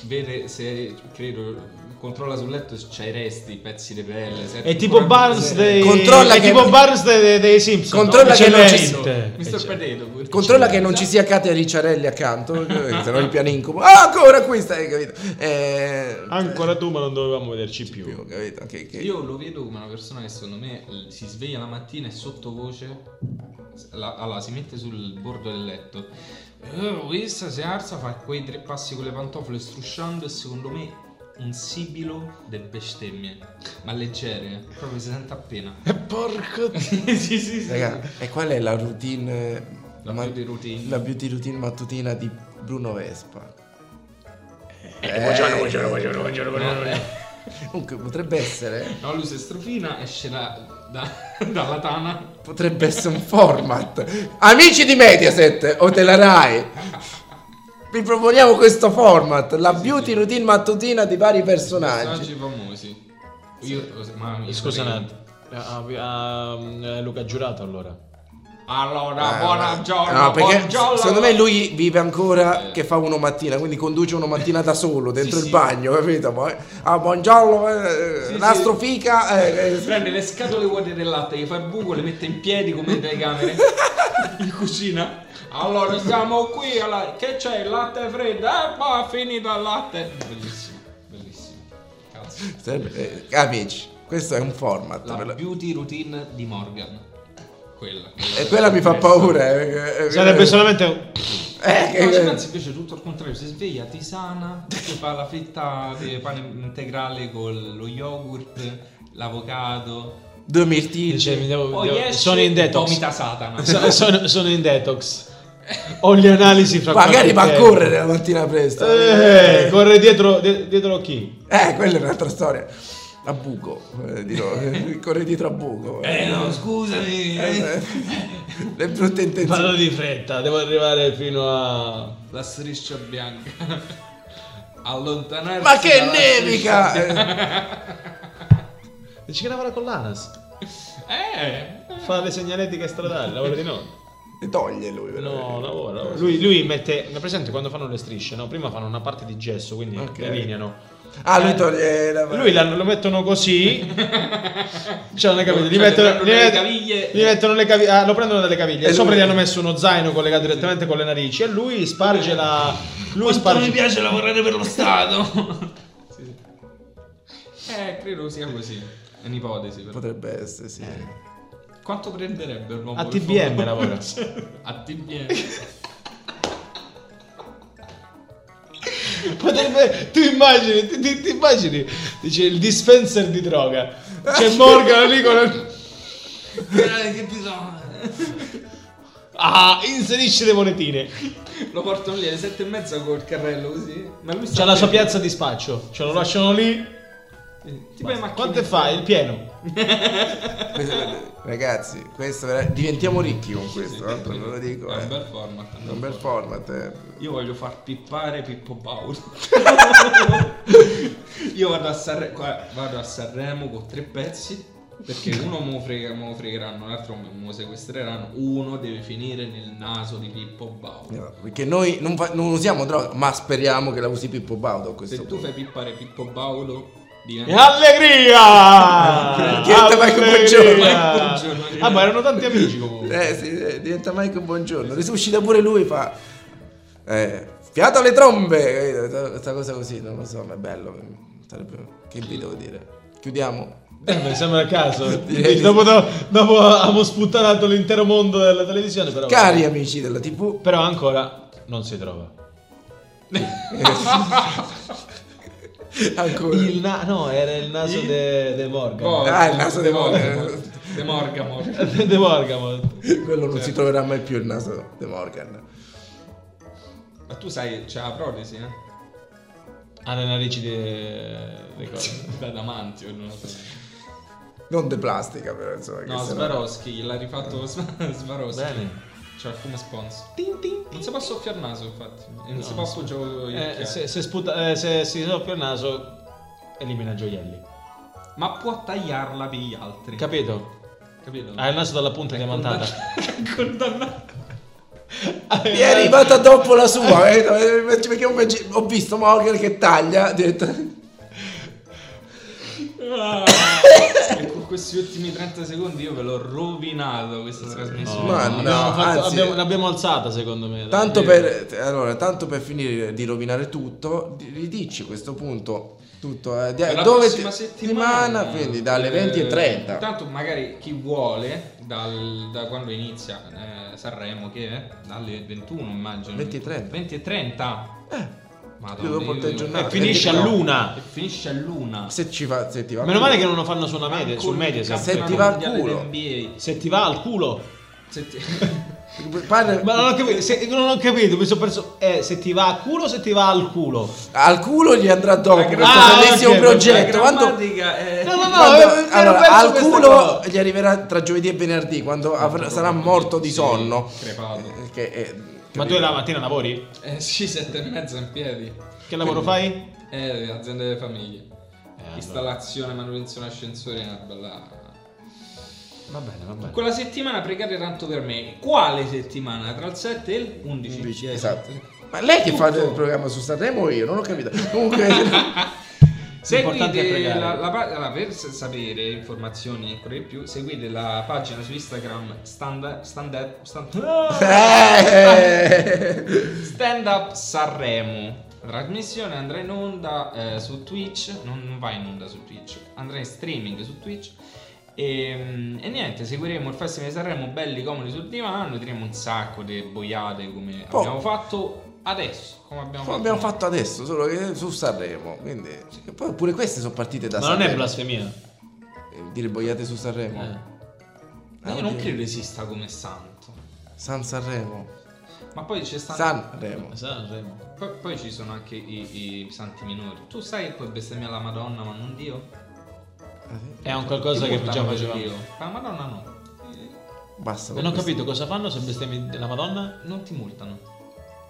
vede se, credo, controlla sul letto se c'hai i resti, i pezzi di pelle. se È tipo ancora- Eh, Barnes dei, Controlla è che- tipo Barnes dei, dei- dei Simpson. Controlla che non ci Eccellente, Mr. eccellente. Potato pure. Esatto. Controlla che non ci sia Katia Ricciarelli accanto, perché sennò il piano incubo. Ah, ancora questa, hai capito? Eh, Ancora tu, ma non dovevamo vederci più. più, capito? Che- che- Io lo vedo come una persona che secondo me l- si sveglia la mattina e sottovoce s- la- allora, si mette sul bordo del letto. Eh, questa si alza, fa quei tre passi con le pantofole strusciando e secondo me un sibilo del bestemmie, ma leggere, eh, proprio si sente appena. E porco dio. sì, sì, sì. Raga, e qual è la routine? La ma- beauty routine. la beauty routine mattutina di Bruno Vespa. Eh, No, eh, Comunque potrebbe essere, no, lui si strofina, esce da- da- dalla tana. potrebbe essere un format. Amici di Mediaset o della Rai, vi proponiamo questo format, la beauty routine mattutina di vari personaggi. Personaggi famosi. Io, ma io Scusa un sarei- attimo. Ah, ah, ah, Luca Giurato allora. Allora, Ah, buona no. giorno, No, perché buongiorno. secondo me lui vive ancora che fa uno mattina, quindi conduce uno mattina da solo dentro il Sì, sì. bagno, capito? Poi, ah, buongiorno, eh, Sì, l'astrofica. eh, eh, Prende le scatole vuote del latte, gli fa il buco, le mette in piedi come in telecamere in cucina. Allora siamo qui, alla- che c'è il latte freddo? Eh, ma è finito il latte. Bellissimo, bellissimo. Cazzo. Sarebbe- eh, amici, questo è un format. La per la- beauty routine di Morgan. Quella. E quella mi fa paura. eh, eh, Sarebbe eh, solamente un... eh, eh, No, ci eh, pensi invece tutto il contrario, si sveglia, ti sana, ti fa la fetta di pane integrale con lo yogurt, l'avvocato. due mirtilli. Dice, mi devo- Oh, Poi devo- esce, sono in detox. Vomita Satana. So- sono, sono in detox. Ho le analisi fra Magari va qualche a tempo. correre la mattina presto. Eh, corre dietro, di- dietro chi? Eh, quella è un'altra storia. A buco, eh, dirò. corre dietro a buco. Eh no, scusami. Eh, Le brutte intenzioni. Vado di fretta, devo arrivare fino a... La striscia bianca. Allontanarsi. Ma che dalla nevica! striscia bianca. Dici che lavora con l'ANAS? Eh. Fa le segnaletiche stradali, lavora di notte. Le Eh, toglie lui, però. No, lavora. lavora. Eh, Lui, lui mette... Ma presente quando fanno le strisce, no? Prima fanno una parte di gesso, quindi Ok. delineano. Eh, Ah, lui toglie la Lui la- lo mettono così. cioè, non hai capito. Gli Cioè, mettono, prendono gli le met- caviglie. gli mettono le caviglie. ah, lo prendono dalle caviglie. E sopra lui- gli hanno messo uno zaino collegato direttamente con le narici. E lui sparge la. Lui sparge. piace lavorare per lo Stato. Eh, credo sia così. È un'ipotesi però. Eh. Potrebbe essere, sì. Quanto prenderebbe il nuovo A per TBM favore? lavora. A TBM. Potrebbe, tu immagini, ti, ti- ti immagini, dice il dispenser di droga. C'è Morgan lì con... Eh, che ti so? Ah, inserisci le monetine. Lo portano lì alle sette e mezza col carrello così. Ma lui sta C'ha la sua fermo. piazza di spaccio. Ce lo lasciano lì. Tipo le macchine. Quante fai? Il pieno. Ragazzi, questo vera- diventiamo ricchi con questo, eh, Sì, sì, ve lo sì. dico. È eh. un bel format. È un bel format. eh. Io voglio far pippare Pippo Baudo. Io vado a, Sanre- guarda, vado a Sanremo con tre pezzi. Perché uno me lo, frega- me lo fregheranno, l'altro me me lo sequestreranno. Uno deve finire nel naso di Pippo Baudo. No, Perché eh. noi non, fa- non usiamo droga, ma speriamo che la usi Pippo Baudo a questo Se tu punto. fai pippare Pippo Baudo, E diventa. Allegria! Che te vai con buongiorno. Allegria! Ah, ma erano tanti amici comunque. Eh sì, eh, diventa Michael Buongiorno, risuscita pure lui, fa... Eh, fiato alle trombe! capito? Questa cosa così, non lo so, ma è bello. Sarebbe... Che vi devo dire? Chiudiamo. Eh, mi sembra a caso. Direi di- dopo, dopo abbiamo sputtanato l'intero mondo della televisione, però... Cari amici della TV, Però ancora non si trova. ancora... Il na- no, era il naso Il- de, de Morgan. Morgan. Ah, il naso di Morgan. Morgan. De Morgan, Morgan. de Morgan. Quello non Certo. si troverà mai più il naso di Morgan. Ma tu sai, c'è la protesi, eh? Ha Ah, le narici de... de cose. Da Damantio, non lo so. Non di plastica, però insomma. No, che se Swarovski, l'ha rifatto Swa- Swarovski. Bene. C'è come sponsor. Non si può soffiare il naso, infatti. E non No, si può non si può. appoggiare gli Eh, occhiali. se, se, sputa- eh, se si soffia il naso, elimina gioielli. Ma può tagliarla per gli altri. Capito? Eh. Capito? Ha il naso dalla punta diamantata. Condannato. Mi è arrivata dopo la sua, eh, eh, perché ho veg- ho visto Morgan che taglia, ho detto, Ah. e con questi ultimi 30 secondi io ve l'ho rovinato questa trasmissione. Ma no, abbiamo fatto- anzi- abbiamo- l'abbiamo alzata secondo me. dai. tanto per, allora, tanto per finire di rovinare tutto, di- ridici questo punto, tutto, eh, di- Per la dove prossima ti- settimana, quindi dalle eh, 20 e 30. Intanto magari chi vuole, dal- da quando inizia eh, Sanremo, che è? Dalle 21 immagino. 20 e 30. 20 e 30. Madonna, Io dopo io- te giornate. E Finisce a No. luna. E finisce a luna. Se ci va, se ti va. Meno male che non lo fanno su una media, su Col media. campionato Se ti va al mondiale culo. NBA. Se ti va al culo. Se ti- Parla- Ma non ho capito, se- non ho capito, mi sono perso. Eh, se ti va al culo o se ti va al culo? Al culo gli andrà dopo, La questo gra- ah, bellissimo ok, progetto. la Quando, grammatica è- No, no, no, quando- eh, mi ero allora, perso al questa culo cosa. gli arriverà tra giovedì e venerdì, quando avrà- sarà morto di Sì, sonno. crepato. Eh, che è- Ma tu la mattina lavori? Eh sì, sette e mezza in piedi. Che lavoro fai? Eh, azienda delle famiglie. Eh, allora. Installazione, manutenzione ascensore, una bella... Va bene, va bene. Quella settimana pregate tanto per me. Quale settimana? Tra il 7 e il 11. Undici, Eh, esatto. sì. Ma lei che fa Tutto. il programma su Sanremo o io? Non ho capito. Comunque, L'importante è Seguite pregare. la, la pa- allora, per s- sapere informazioni e ancora di più, seguite la pagina su Instagram Stand, stand, up- Eh. stand, Stand Up Sanremo. La trasmissione andrà in onda eh, su Twitch, non, non va in onda su Twitch, andrà in streaming su Twitch. E, mm, e niente, seguiremo il Festival di Sanremo belli comodi sul divano, vedremo un sacco di boiate come Oh. abbiamo fatto adesso, come come abbiamo fatto. abbiamo fatto adesso, solo che su Sanremo. Quindi, cioè, poi pure queste sono partite da Ma non Sanremo. è blasfemia. Eh, Dire boiate su Sanremo. Eh. Ma io non credo esista come santo. San Sanremo. Ma poi ci stanno Sanremo. Sanremo. Poi, poi ci sono anche i, i santi minori. Tu sai che puoi bestemmiare la Madonna, ma non Dio? È un qualcosa che già portavano facevamo. Dio. La Madonna no. Basta. con Eh, Non ho questo. capito cosa fanno se bestemmi la Madonna? Non ti multano.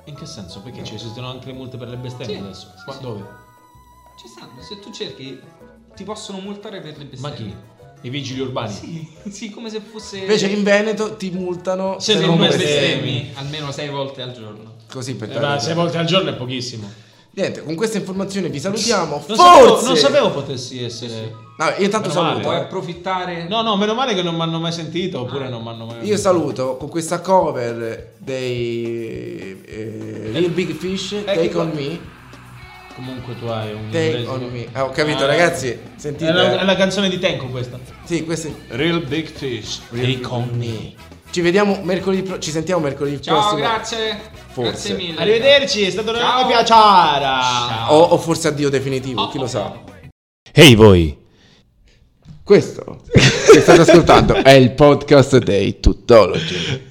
In che senso? Perché ci esistono anche le multe per le bestemmie Sì, adesso? sì, Qua- sì. Dove? Ci stanno, se tu cerchi ti possono multare per le Ma bestemmie. chi? I vigili urbani? Sì, sì, come se fosse... Invece in Veneto ti multano Se se, non non bestemmi. bestemmi. bestemmi almeno sei volte al giorno. Così per Eh, ma tanto. sei volte al giorno è pochissimo. Niente, con queste informazioni vi salutiamo. Non sapevo, Forse. non sapevo potessi essere. No, io tanto Meno male. saluto. Puoi eh. approfittare... No, no, meno male che non mi hanno mai sentito oppure non mi hanno mai. Ah. eh. Io saluto con questa cover dei eh, Real Big Fish, ecco Take on qua. Me. Comunque tu hai un Take inglese- on me. Ah, ho capito, Ah, ragazzi. È Sentite. la, è la canzone di Tenko questa. Sì, questi. Real Big Fish. Take on me. Ci vediamo mercoledì pro- Ci sentiamo mercoledì Ciao, prossimo. grazie. Forse. Grazie mille. Arrivederci, è stato un Ciao. enorme piacere. Ciao. O, o forse addio definitivo, chi lo Oh, sa. Ehi voi! Questo che state ascoltando è il podcast dei Tuttologi.